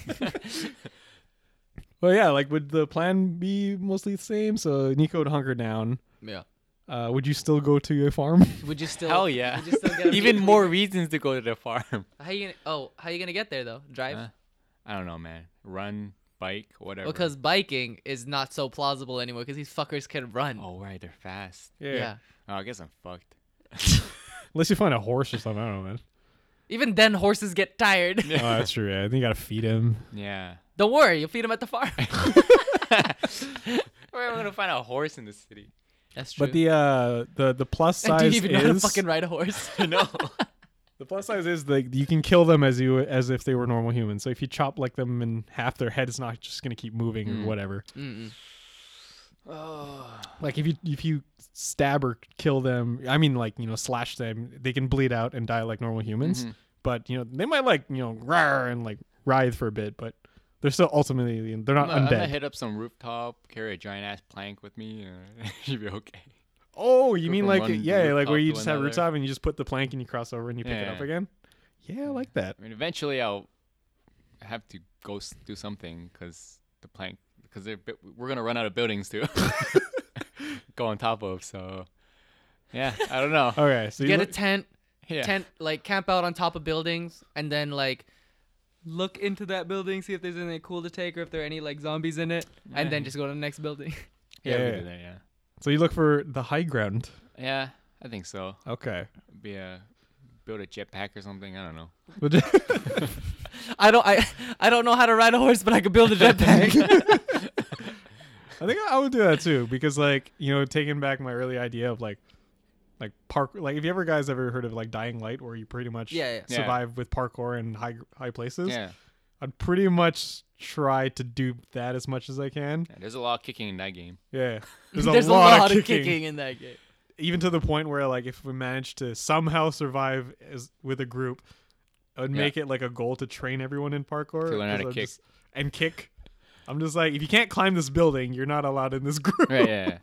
well, yeah, like would the plan be mostly the same? So Nico would hunker down. yeah. Uh, would you still go to your farm? Would you still? Hell yeah. Would you still get a Even meat- more reasons to go to the farm. How you gonna? Oh, how you gonna get there though? Drive? Huh? I don't know, man. Run, bike, whatever. because biking is not so plausible anymore. Because these fuckers can run. oh right, they're fast. yeah. Oh, I guess I'm fucked. Unless you find a horse or something. I don't know, man. Even then, horses get tired. Oh, that's true. Yeah, then you gotta feed him. Yeah. Don't worry, you'll feed them at the farm. Where am I gonna find a horse in the city? That's true. But the uh the the plus And size do you even know how to is fucking ride a horse? no. the plus size is like you can kill them as you as if they were normal humans. So if you chop like them in half, their head is not just gonna keep moving Mm. or whatever. Mm-mm. Oh, Like if you if you stab or kill them, I mean like you know slash them, they can bleed out and die like normal humans. Mm-hmm. But you know they might like you know rar and like writhe for a bit, but they're still ultimately they're I'm, not gonna- I'm gonna undead. hit up some rooftop, carry a giant ass plank with me, and you'll be okay. Oh, you Go mean from like one yeah, like rooftop where you to just have another. rooftop and you just put the plank and you cross over and you pick it Yeah. up again. Yeah, I like that. I mean, eventually I'll have to go s- do something because the plank, because we're gonna run out of buildings to go on top of. So, yeah, I don't know. Okay, so you Get a look- tent, Yeah. tent, like camp out on top of buildings, and then like look into that building, see if there's anything cool to take, or if there are any like zombies in it, and then Yeah. just go to the next building. Yeah, we Yeah. could do that, yeah. So you look for the high ground. Yeah, I think so. Okay. Be a build a jetpack or something. I don't know. I don't, I, I don't know how to ride a horse, but I could build a jetpack. I think I would do that too because, like, you know, taking back my early idea of like, like park. Like, if you ever guys ever heard of like Dying Light, where you pretty much Yeah, yeah. Yeah. survive with parkour in high high places, Yeah. I'd pretty much try to do that as much as I can. yeah, there's a lot of kicking in that game. Yeah, There's, a, lot, of kicking in that game. even to the point where like if we managed to somehow survive as with a group i would Yeah. make it like a goal to train everyone in parkour To learn how 'cause to I'm kick. just- and kick i'm just like if you can't climb this building you're not allowed in this group Right. Yeah. yeah.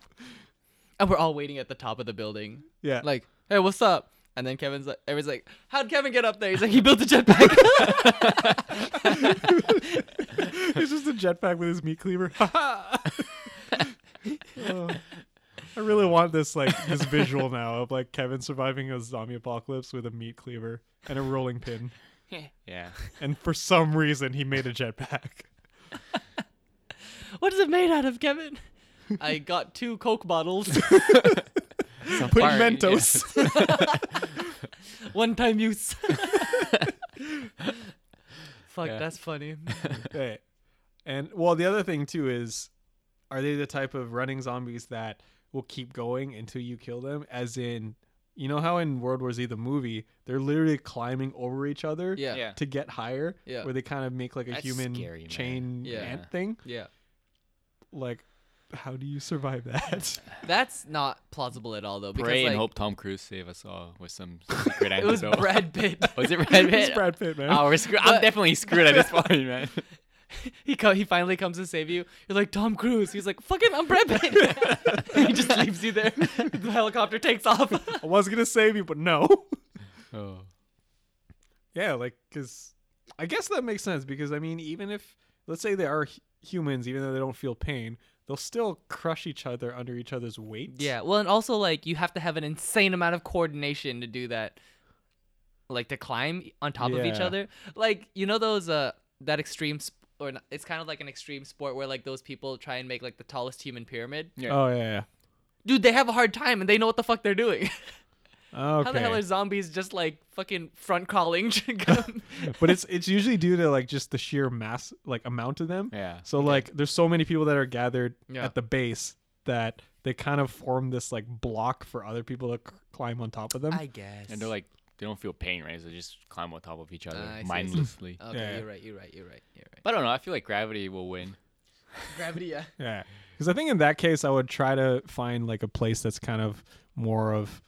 And we're all waiting at the top of the building. yeah Like, hey, what's up? And then Kevin's like, everyone's like, how'd Kevin get up there? He's like, he built a jetpack. it's just a jetpack with his meat cleaver Oh. i really want this like this visual now of like kevin surviving a zombie apocalypse with a meat cleaver and a rolling pin yeah. and for some reason he made a jetpack what is it made out of, Kevin? I got two Coke bottles. put fire- mentos One time use. Fuck, Yeah. that's funny. Right. And well, the other thing too is, are they the type of running zombies that will keep going until you kill them? As in, you know how in World War Z the movie, they're literally climbing over each other Yeah. Yeah. Yeah. to get higher, Yeah. where they kind of make like a That's human scary, man. chain Yeah. ant thing. Like, how do you survive that? That's not plausible at all, though. Because, Pray like, and hope Tom Cruise save us all with some secret It was antidote. Brad Pitt. Was it Brad it's Pitt? Brad Pitt, man. Oh, we're screw- But- I'm definitely screwed at this point, man. He co- he finally comes to save you. You're like Tom Cruise. He's like fucking I'm Brad Pitt. he just leaves you there. The helicopter takes off. I was gonna save you, but no. Oh. yeah, like, cause I guess that makes sense because I mean, even if let's say they are hu- humans, even though they don't feel pain, they'll still crush each other under each other's weight. yeah. Well, and also like you have to have an insane amount of coordination to do that. Like to climb on top of each Yeah. other. Like you know those uh that extreme sp- or not, it's kind of like an extreme sport where like those people try and make like the tallest human pyramid. Yeah. Oh yeah. yeah. Dude, they have a hard time and they know what the fuck they're doing. Okay. How the hell are zombies just like fucking front crawling? but it's it's usually due to like just the sheer mass like amount of them. Yeah. So like there's so many people that are gathered Yeah. at the base that they kind of form this like block for other people to c- climb on top of them. I guess. And they're like, they don't feel pain, right? So they just climb on top of each other Ah, I see, I see. mindlessly. Okay, Yeah. you're right. You're right. You're right. You're right. But I don't know. I feel like gravity will win. Gravity. Yeah. Yeah. Because I think in that case, I would try to find like a place that's kind of more of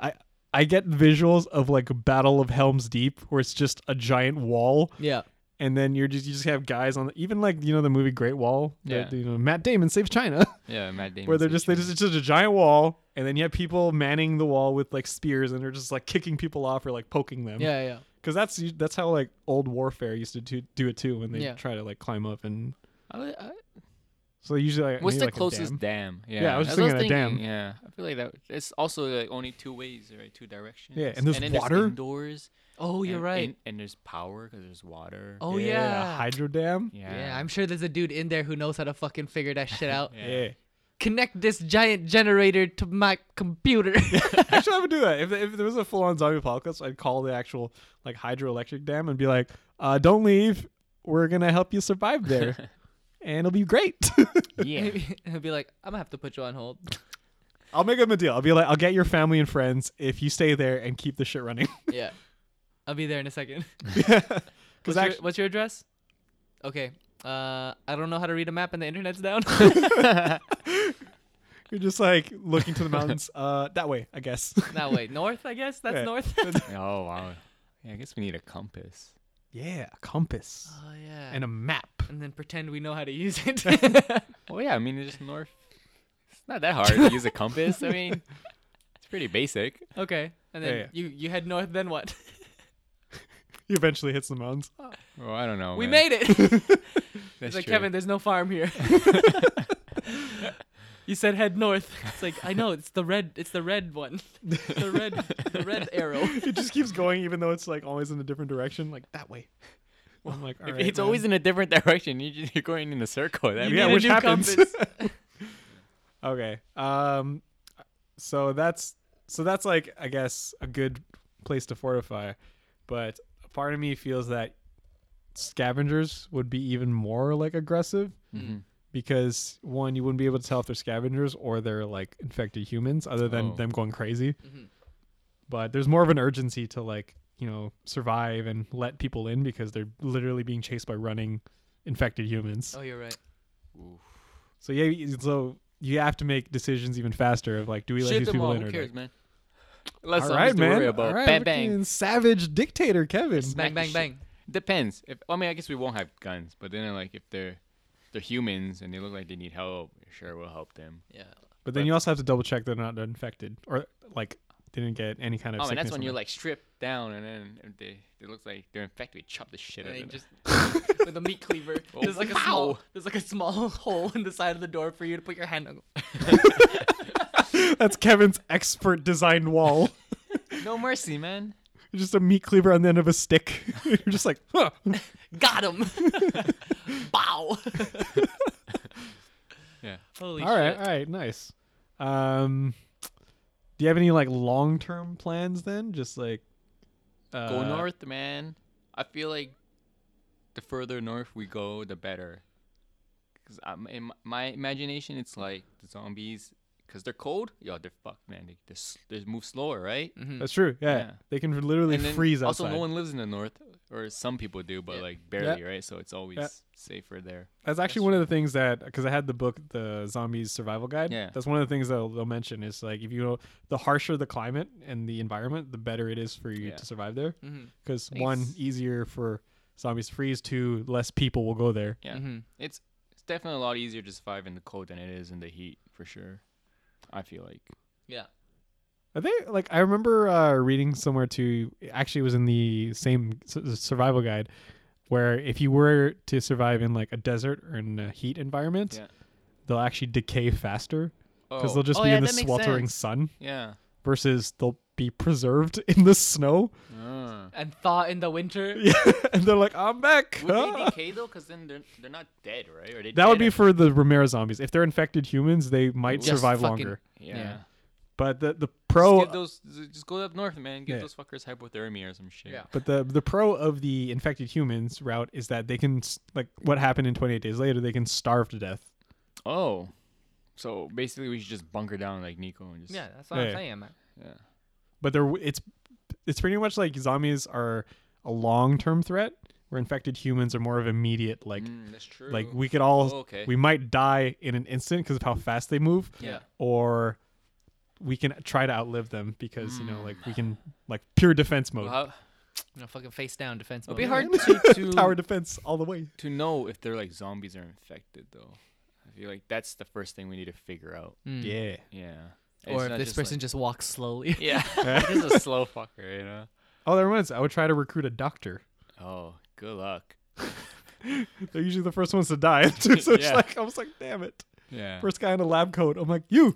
I I get visuals of like Battle of Helm's Deep where it's just a giant wall Yeah. and then you're just you just have guys on the, even like you know the movie Great Wall. Yeah. that, you know Matt Damon saves China. Yeah, Matt Damon. where they're just they just it's just a giant wall and then you have people manning the wall with like spears and they're just like kicking people off or like poking them. Yeah. Yeah. Because that's u- that's how like old warfare used to do, do it too when they Yeah. try to like climb up and I- I- so they usually like what's maybe, the like, a dam. closest dam? Yeah, I was just that's what thinking a dam. Yeah, I feel like that. It's also like only two ways, right? Two directions. Yeah, and there's then water? indoors. Oh, you're and, right. And, and there's power because there's water. oh yeah. a hydro dam. yeah. yeah. I'm sure there's a dude in there who knows how to fucking figure that shit out. Yeah. Connect this giant generator to my computer. Actually, I would do that. If, if there was a full on zombie apocalypse, I'd call the actual like hydroelectric dam and be like, uh, "Don't leave. We're gonna help you survive there, and it'll be great." yeah. Maybe I'd be like, I'm gonna have to put you on hold. I'll make them a deal. I'll be like, "I'll get your family and friends if you stay there and keep the shit running." yeah. I'll be there in a second. Because What's, your, actually, what's your address? Okay. Uh, I don't know how to read a map and the internet's down. you're just like looking to the mountains. Uh, that way, I guess. that way, north, I guess. That's Yeah. north. Oh wow. Yeah, I guess we need a compass. yeah, a compass oh yeah. and a map. and then pretend we know how to use it. Well, yeah. I mean, it's just north. It's not that hard to use a compass. I mean, it's pretty basic. okay. And then Yeah, yeah. you you head north. Then what? He eventually hits the mountains. Well, I don't know. we man. made it. That's It's like true. Kevin, there's no farm here. you said head north. It's like I know it's the red. It's the red one. The red. the red arrow. it just keeps going, even though it's like always in a different direction, like that way. I'm like, If "Alright, it's man." always in a different direction. You're, just, you're going in a circle. That You yeah, need a which new happens. compass. okay. Um, so that's so that's like I guess a good place to fortify, but a part of me feels that scavengers would be even more like aggressive Mhm. because one, you wouldn't be able to tell if they're scavengers or they're like infected humans, other than Oh. them going crazy. Mhm. But there's more of an urgency to like you know survive and let people in because they're literally being chased by running infected humans. Oh, you're right. So yeah, you- so you have to make decisions even faster of like, do we let Shoot these them people all. in Who or not? cares, man? Less All zombies right, to man. worry about. All right, bang look at bang. you, savage dictator Kevin. Bang bang bang. Depends. If I mean, I guess we won't have guns, but then like if they're they're humans and they look like they need help, sure we'll help them. Yeah. But then you also have to double check they're not infected or like didn't get any kind of. Oh, and sickness that's when from you're it. like stripped down, and then if they it looks like they're infected. We chop the shit out And of then them. just with a meat cleaver. There's like a small. Oh. Wow. There's like a small hole in the side of the door for you to put your hand on. that's Kevin's expert designed wall. no mercy, man. just a meat cleaver on the end of a stick. you're just like, huh. Got him. Bow. Yeah. Holy all right, shit. all right, nice. Um, do you have any like long term plans then? Just like uh, Go north, man. I feel like the further north we go, the better. Cause I'm, in my- my imagination, it's like the zombies, cause they're cold. Yo, they're fucked, man. They, they're, s- they move slower, right? That's true. Yeah, Yeah. they can literally And then freeze outside. Also, no one lives in the north, or some people do, but Yeah. like barely, right? So it's always safer there. That's actually one of the things that because I had the book, the Zombies Survival Guide. Yeah. That's one of the things that they'll, they'll mention is like if you know the harsher the climate and the environment, the better it is for you Yeah. to survive there. Mm-hmm. Mhm. Because one, Nice. easier for zombies to freeze. Two, less people will go there. Yeah, Mhm. it's it's definitely a lot easier to survive in the cold than it is in the heat, for sure. I feel like. Yeah. Are they like I remember uh, reading somewhere too. Actually, it was in the same su- survival guide where if you were to survive in like a desert or in a heat environment, Yeah. they'll actually decay faster because Oh. they'll just Oh, be yeah, in the that makes sweltering sense. sun. Yeah. versus they'll be preserved in the snow. Ah. And thaw in the winter. and they're like, I'm back. Would they Ah. decay though? Because then they're they're not dead, right? Or they That would be dead at- for the Romero zombies. If they're infected humans, they might Just survive fucking- longer. yeah. yeah. But the, the Just pro give those. Just go up north, man. Give Yeah. those fuckers hypothermia or some shit. Yeah. but the the pro of the infected humans route is that they can s- like what happened in 28 days later, they can starve to death. Oh. So basically, we should just bunker down like Nico and just Yeah, that's what Yeah. I'm saying, man. yeah. But they're it's it's pretty much like zombies are a long-term threat where infected humans are more of immediate like Mm, that's true. like we could all Oh, okay. we might die in an instant because of how fast they move Yeah. or we can try to outlive them because you Mm, know like we can like pure defense mode, Well, how, you know, fucking face down defense. It'll mode. be hard to, to tower defense all the way. to know if they're like zombies or infected though. I feel like that's the first thing we need to figure out. Mm. Yeah. Yeah. Or And it's if not this just, like- person just walks slowly. yeah, this is a slow fucker, you know. Oh, that reminds. I would try to recruit a doctor. Oh, good luck. They're usually the first ones to die. so it's Yeah. like I was like, damn it. Yeah. First guy in a lab coat. I'm like, you.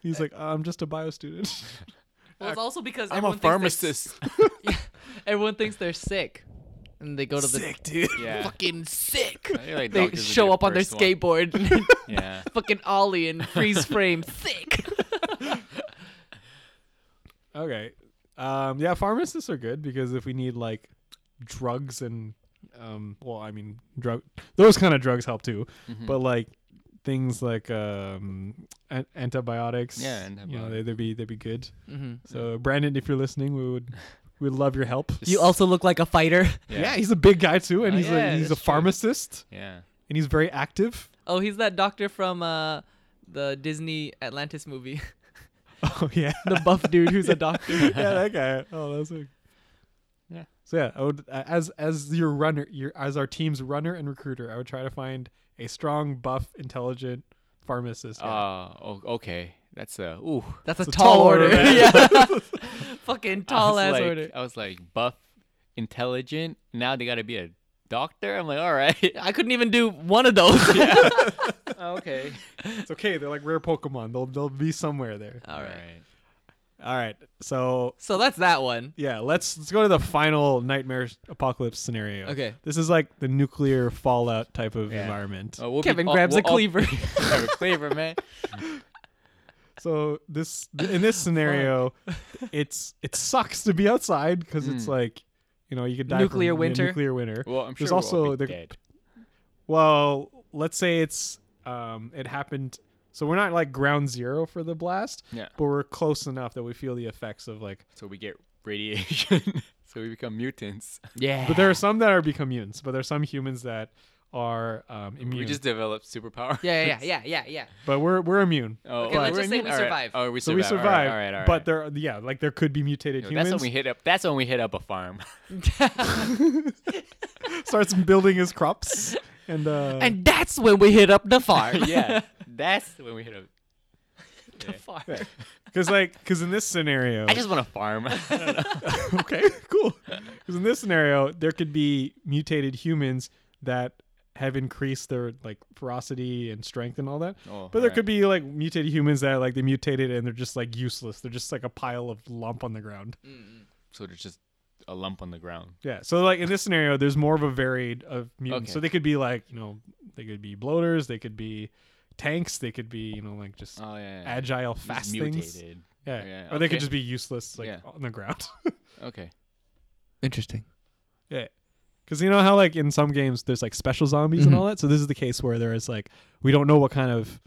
He's like, "Uh, I'm just a bio student. Well, it's also because I'm everyone a thinks they're pharmacist. s- everyone thinks they're sick, and they go to the dude. yeah. fucking sick. I feel like They doctors would be show the up on their first one. skateboard, and Yeah. fucking ollie and freeze frame sick. Okay. Um, yeah, pharmacists are good because if we need like drugs and um, well, I mean, drug those kind of drugs help too, Mm-hmm. but like things like um, an- antibiotics. Yeah, You know, antibiotic. they, they'd be they'd be good. Mm-hmm. hmm So Brandon, if you're listening, we would we'd love your help. You also look like a fighter. Yeah. he's a big guy too, and Oh, he's yeah, a, he's a that's true. pharmacist, Yeah. and he's very active. Oh, he's that doctor from uh, the Disney Atlantis movie. Oh yeah, the buff dude who's a doctor. yeah, that guy. Oh, that's like. Yeah. So yeah, I would uh, as as your runner, your as our team's runner and recruiter, I would try to find a strong, buff, intelligent pharmacist. yeah. Uh, oh, okay. That's a ooh. That's a It's a tall, tall order. order, yeah. Fucking I tall was ass like, order. I was like buff, intelligent. Now they gotta be a doctor. I'm like, all right. I couldn't even do one of those. okay. It's okay. They're like rare Pokemon. They'll they'll be somewhere there. All right. All right. So So that's that one. yeah, let's let's go to the final nightmare apocalypse scenario. Okay. This is like the nuclear fallout type of Yeah. environment. Oh, we'll be Kevin all- grabs we'll a all- cleaver. Grab a cleaver, man. So this in this scenario, it's it sucks to be outside because it's like you know you could die Nuclear from, yeah, winter. nuclear winter. Hmm. Well, I'm sure There's we'll all also the- be dead. Well, let's say it's um it happened. So we're not like ground zero for the blast, Yeah. but we're close enough that we feel the effects of like. So we get radiation. so we become mutants. yeah. But there are some that are become mutants, but there are some humans that are um, immune. We just develop superpower. yeah, yeah, yeah, yeah, yeah. but we're we're immune. Oh, Okay, let's we're just say immune? we All right. survive. Oh, we So survive. we survive, All right, all right. all but right. there, yeah, like there could be mutated Yo, humans. That's when we hit up. That's when we hit up a farm. starts building his crops, and uh, And that's when we hit up the farm. yeah, that's when we hit up. the farm. Because like, because in this scenario, I just want to farm. I okay, cool. Because in this scenario, there could be mutated humans that have increased their like ferocity and strength and all that. Oh, but there alright. could be like mutated humans that like they mutated and they're just like useless. They're just like a pile of lump on the ground. so there's just a lump on the ground. Yeah. So like in this scenario, there's more of a varied of mutants. Okay. So they could be like you know they could be bloaters. They could be tanks. They could be you know like just Oh yeah. yeah. agile, Just fast mutated. things. Yeah. Yeah, Or they could okay. just be useless like Yeah. on the ground. Okay. Interesting. Yeah. Because you know how, like, in some games, there's like special zombies and all that? So, this is the case where there is like, we don't know what kind of,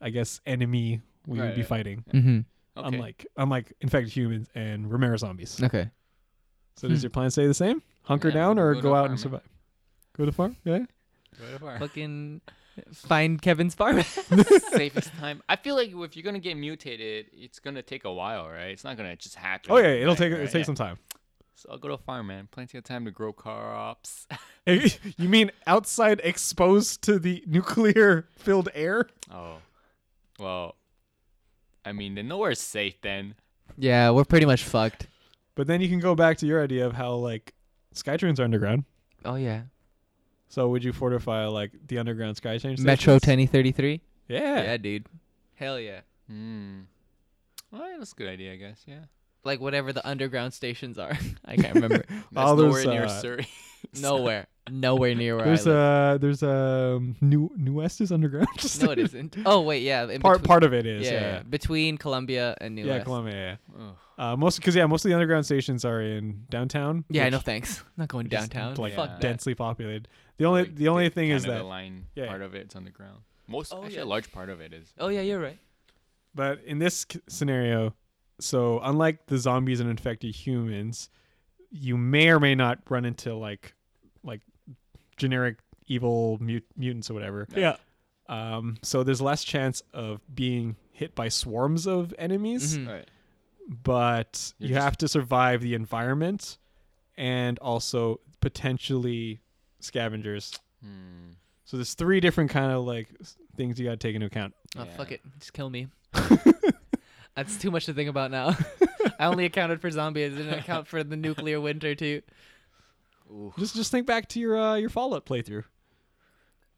I guess, enemy we would Right, be right. fighting. Mm-hmm. Okay. Unlike, unlike infected humans and Romero zombies. Okay. So, does your plan stay the same? Hunker Yeah, down we'll or go to go, a out and farm, survive? Go to farm? Yeah. Fucking find Kevin's farm. Safest time. I feel like if you're gonna get mutated, it's gonna take a while, right? It's not gonna just happen. Oh, yeah. It'll Right, take, right, it'll take yeah. some time. So I'll go to a farm, man. Plenty of time to grow crops. you mean outside exposed to the nuclear filled air? oh, well, I mean, then nowhere's safe then. yeah, we're pretty much fucked. But then you can go back to your idea of how, like, Skytrains are underground. Oh yeah. So would you fortify like the underground sky change? Metro stations? 1033. Yeah. dude. Hell yeah. Hmm. Well, yeah, that's a good idea, I guess. Yeah. Like whatever the underground stations are. I can't remember. That's All nowhere those, near uh, Surrey. Nowhere. Nowhere near where There's I live. uh there's um New New West is underground. no, it isn't. Oh wait, yeah. in part between- part of it is. yeah, Yeah. yeah, yeah. Between Columbia and New Yeah, West. Columbia. Yeah. Ugh. Uh, most because yeah, most of the underground stations are in downtown. Yeah, which no thanks. I'm not going is just, downtown. Like Fuck Yeah. that. densely populated. The only Like, the only thing kind is of the that, line yeah. part of it, it's on the ground. Most, Oh, actually, yeah. a large part of it is. Oh yeah, you're right. but in this c- scenario, so unlike the zombies and infected humans, you may or may not run into like like generic evil mut- mutants or whatever. Yeah. Um, so there's less chance of being hit by swarms of enemies, Mhm. Right. but Mm-hmm. You're you just- have to survive the environment and also potentially scavengers. Hmm. So there's three different kind of like s- things you got to take into account. Oh, Yeah. fuck it. Just kill me. That's too much to think about now. I only accounted for zombies. I didn't account for the nuclear winter, too. Ooh. Just just think back to your uh, your Fallout playthrough.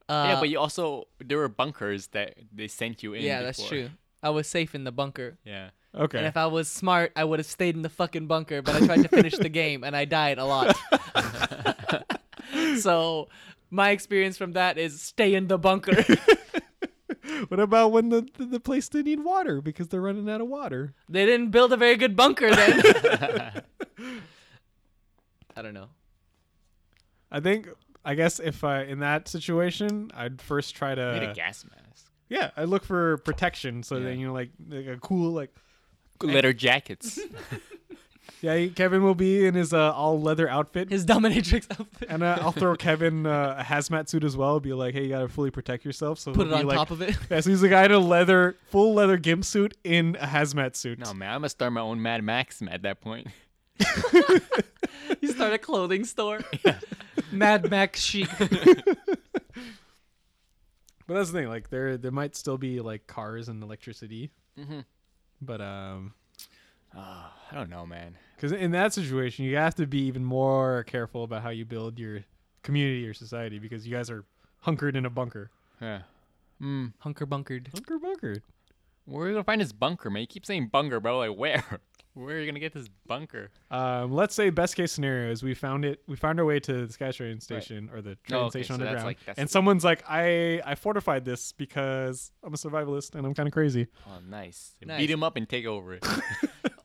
Uh, yeah, but you also there were bunkers that they sent you in. yeah, that's before. true. I was safe in the bunker. Yeah. Okay. And if I was smart, I would have stayed in the fucking bunker, but I tried to finish the game and I died a lot. so my experience from that is stay in the bunker. what about when the, the the place they need water because they're running out of water? they didn't build a very good bunker then. I don't know. I think I guess if I in that situation, I'd first try to Need a gas mask. yeah, I look for protection so Yeah. that you know like like a cool like Leather jackets. yeah Kevin will be in his uh, all leather outfit. His dominatrix outfit. and uh, I'll throw Kevin uh, a hazmat suit as well. Be like, hey, you gotta fully protect yourself. So Put it he'll be on like, top of it. Yeah, so he's the guy in a leather, full leather gimp suit in a hazmat suit. no man, I must start my own Mad Max at that point. You start a clothing store. Mad Max chic. But that's the thing. Like there, there might still be like cars and electricity. Mm-hmm. But um, Oh, I don't know, man. because in that situation, you have to be even more careful about how you build your community or society because you guys are hunkered in a bunker. Yeah. Hmm. Hunker bunkered. Hunker bunkered. Where are you gonna find this bunker, man? You keep saying bunker, bro. Like where? Where are you gonna get this bunker? Um, let's say best case scenario is we found it. We found our way to the SkyTrain station or the train Oh, okay, station so that's underground, like- that's- and someone's like, "I I fortified this because I'm a survivalist and I'm kind of crazy." Oh, nice. Nice. Beat him up and take over it.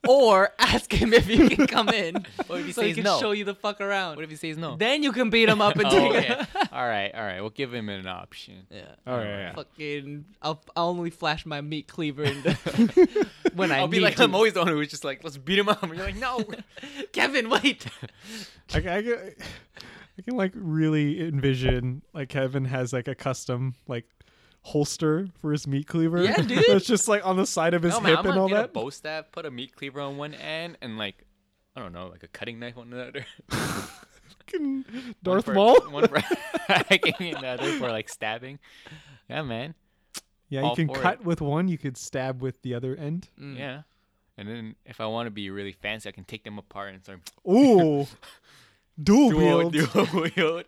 Or ask him if you can come in. What if he so he says can no? show you the fuck around. What if he says no? Then you can beat him up and Oh, take okay. all right, all right. We'll give him an option. Yeah. All right. yeah. Fucking, I'll, I'll only flash my meat cleaver in the, when I I'll need be like, to. I'm always the one who's just like, let's beat him up. And you're like, no. Kevin, wait. I, I, can- I can like really envision like Kevin has like a custom like holster for his meat cleaver. Yeah, dude. it's just like on the side of his no, man, hip I'm and gonna all get a that. bow staff, put a meat cleaver on one end, and like, I don't know, like a cutting knife on the other. Fucking Darth for- Maul. One for hacking and the other for like stabbing. Yeah, man. Yeah, you all can for it. cut with one. You could stab with the other end. Mm. Yeah. And then if I want to be really fancy, I can take them apart and start Ooh, dual, Mm. dual, wield. dual wield.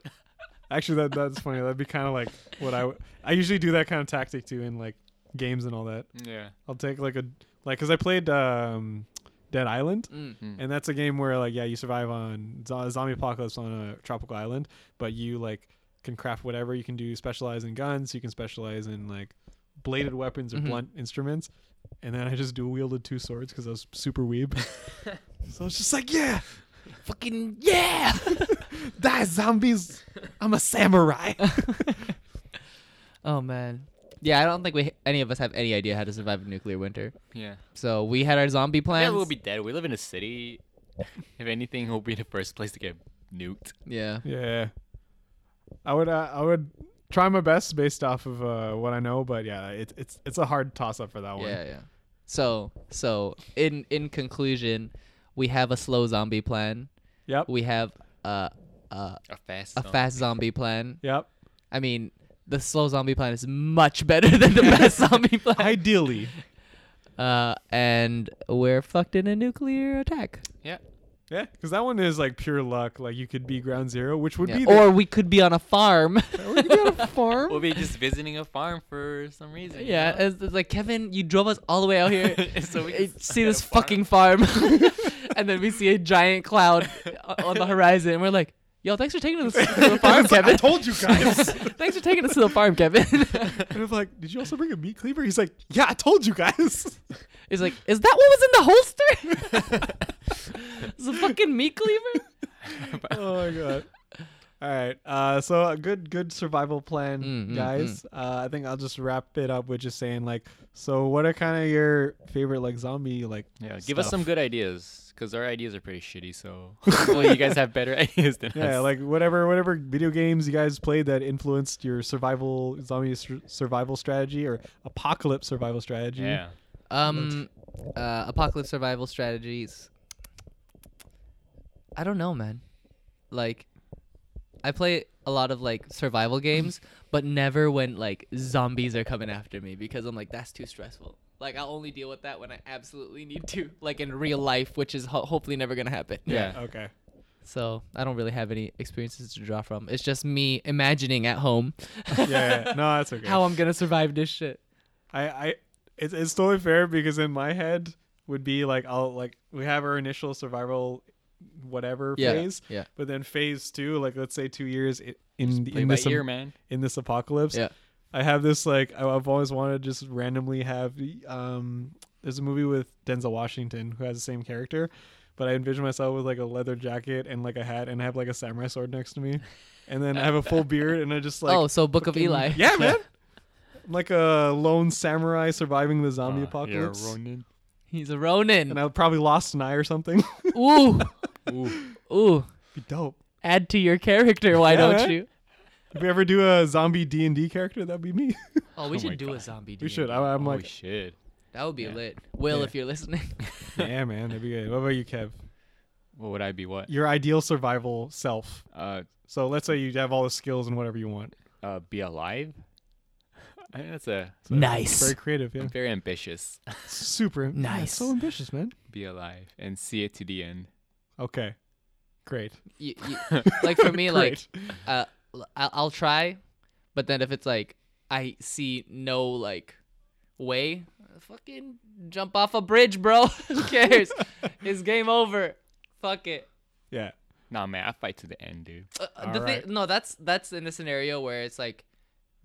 Actually, that that's funny. That'd be kind of like what I w- I usually do that kind of tactic too in like games and all that. Yeah. I'll take like a like because I played um, Dead Island. Mm. and that's a game where like yeah you survive on zo- zombie apocalypse on a tropical island but you like can craft whatever you can do specialize in guns you can specialize in like bladed weapons or Mhm. blunt instruments and then i just dual wielded two swords because i was super weeb so it's just like yeah Fucking, yeah. die zombies i'm a samurai oh, man. Yeah, I don't think we any of us have any idea how to survive a nuclear winter. Yeah. So we had our zombie plans. Yeah, we'll be dead. We live in a city. If anything, we'll be the first place to get nuked. yeah. yeah i would uh, i would try my best based off of uh, what i know but yeah it's it's it's a hard toss up for that one Yeah, yeah. So, so in in conclusion, we have a slow zombie plan. yep We have uh, uh, A fast. a zone. fast zombie plan. yep I mean, the slow zombie plan is much better than the fast zombie plan. ideally Uh, and we're fucked in a nuclear attack. Yeah. Yeah, because that one is like pure luck. Like you could be ground zero, which would Yeah. be the, Or we could be on a farm. or you could be on a farm. We'll be just visiting a farm for some reason. you yeah, know? it's, it's like Kevin, you drove us all the way out here. So we eh, can see get a this farm." fucking farm, and then we see a giant cloud o- on the horizon, and we're like, "Yo, thanks for taking us to the farm, It's like, I Kevin. told you guys. thanks for taking us to the farm, Kevin." and I'm like, did you also bring a meat cleaver? He's like, yeah, I told you guys. He's like, "Is that what was in the holster? Is a fucking meat cleaver?" oh my god. All right. Uh, so a good good survival plan, Mm, mm, guys. Uh, I think I'll just wrap it up with just saying like, so what are kind of your favorite like zombie like? Yeah, give us stuff? some good ideas because our ideas are pretty shitty. So hopefully you guys have better ideas than us. Yeah, like whatever whatever video games you guys played that influenced your survival zombie sur- survival strategy or apocalypse survival strategy. yeah. Um, uh, apocalypse survival strategies. I don't know, man. Like, I play a lot of like survival games, but never when like zombies are coming after me because I'm like that's too stressful. Like I'll only deal with that when I absolutely need to, like in real life, which is ho- hopefully never gonna happen. Yeah. Okay. So I don't really have any experiences to draw from. It's just me imagining at home Yeah. yeah. No, that's okay. how I'm gonna survive this shit. I, I it's, it's totally fair because in my head would be like I'll like we have our initial survival whatever Yeah, phase, yeah. But then phase two, like let's say two years i- in Play in by this ear, man. in this apocalypse, Yeah. I have this like I, I've always wanted to just randomly have um. There's a movie with Denzel Washington who has the same character, but I envision myself with like a leather jacket and like a hat and have like a samurai sword next to me, and then I have a full beard and I just like oh, so Book of Eli. yeah, man. I'm like a lone samurai surviving the zombie Uh, you're a apocalypse. Ronin. He's a Ronin. and I probably lost an eye or something. Ooh, Ooh, ooh. Be dope. Add to your character, why Yeah, don't right? you? If we ever do a zombie D and D character, that'd be me. Oh, we Oh should my do a God. zombie. we D&D. should. I, I'm holy like, Oh, shit. That would be Yeah. lit. Will, Yeah. if you're listening, yeah, man, that'd be good. What about you, Kev? What would I be? What? Your ideal survival self. Uh, So let's say you have all the skills and whatever you want. uh, be alive. I think that's a So Nice. Very creative, yeah. very ambitious. Super. yeah, Nice. so ambitious, man. Be alive and see it to the end. Okay. Great. you, you, like for me, like Great. uh, l- I'll, I'll try, but then if it's like I see no like way, fucking jump off a bridge, bro. Who cares? it's game over. Fuck it. yeah. Nah, man, I fight to the end, dude. Uh, uh, the Alright. thing, no, that's that's in the scenario where it's like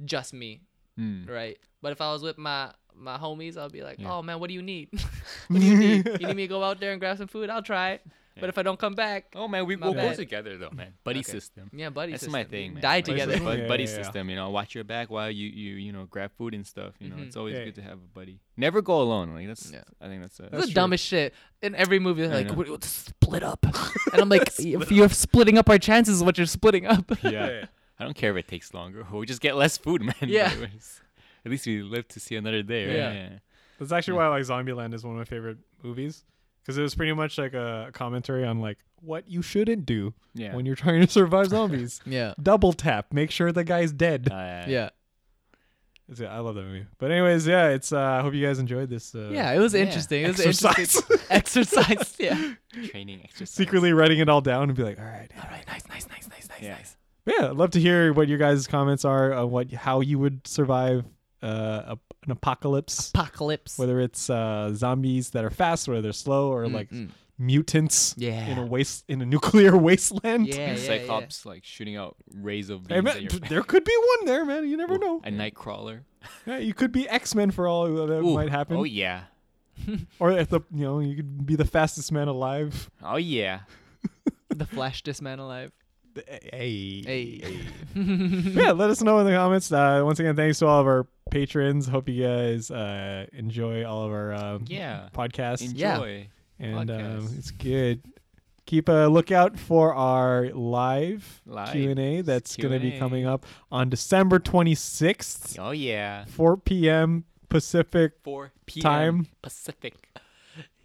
just me, Hmm. right? But if I was with my my homies, I'll be like, Yeah. oh man, what do you need? what do you need? You need me to go out there and grab some food? I'll try it. But Yeah. if I don't come back, Oh man, we My we'll go bad. together though, man. Buddy Okay. system. yeah, buddy, That's system. my We thing. Man. Die Like, together. system. bud- Yeah, buddy yeah, yeah. system. You know, watch your back while you you you know grab food and stuff. You know, it's always Yeah. good to have a buddy. Never go alone. Like that's. Mm-hmm. Yeah. I think that's. A, That's That's the true. dumbest shit. In every movie, they're I like, know. "What- what- split up. And I'm like, if you're splitting up our chances, is what you're splitting up. yeah. I don't care if it takes longer. We'll just get less food, man. Yeah. Anyways. At least we live to see another day, right? Yeah. Yeah. That's actually why like Zombieland is one of my favorite movies because it was pretty much like a commentary on like what you shouldn't do Yeah. when you're trying to survive zombies. yeah. Double tap, make sure the guy's dead. Uh, Yeah. That's it. I love that movie. But anyways, yeah, it's. uh, I hope you guys enjoyed this. Uh, Yeah, it was Yeah. interesting. It was Exercise. interesting. Exercise. Yeah. Training exercise. Secretly writing it all down and be like, all right. All right. Nice, nice, nice, nice, nice, Yeah. nice. But yeah, I'd love to hear what your guys' comments are on what how you would survive uh, a, an apocalypse, Apocalypse. whether it's uh, zombies that are fast, whether they're slow, or like Mm-mm. mutants Yeah. in a waste in a nuclear wasteland. Yeah, yeah, yeah. Cyclops like shooting out rays of beams Hey, at man, your p- there could be one there, man. You never know. A nightcrawler. Yeah, you could be X Men for all that Ooh. might happen. Oh yeah. Or if the you know you could be the fastest man alive. Oh yeah. The Flash this man alive. Hey. Hey. yeah, let us know in the comments. Uh, once again, thanks to all of our patrons. Hope you guys uh, enjoy all of our um, Yeah. podcasts. Yeah. Enjoy. and um, podcasts. it's good. Keep a lookout for our live, Live Q&A that's going to be Q&A. coming up on December 26th, Oh yeah. 4 p.m. Pacific 4 p.m. Time. Pacific.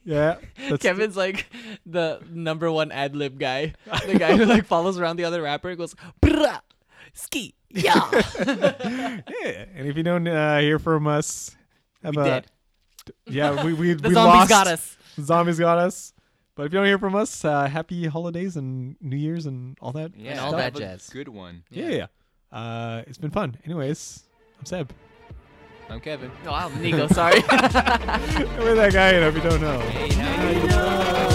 Yeah. That's Kevin's like the number one ad lib guy. The guy who like follows around the other rapper and goes, Brah, ski, yeah. yeah. And if you don't uh, hear from us, have We a dead. yeah, we we, The we zombies lost. got us. Zombies got us. But if you don't hear from us, uh, happy holidays and New Year's and all that. Yeah. And all stuff. that have a jazz. Good one. Yeah, yeah. Uh, it's been fun. Anyways, I'm Seb. I'm Kevin. No, Oh, I'm Nico, sorry. We're that guy, and if you don't know. Hey, now you know.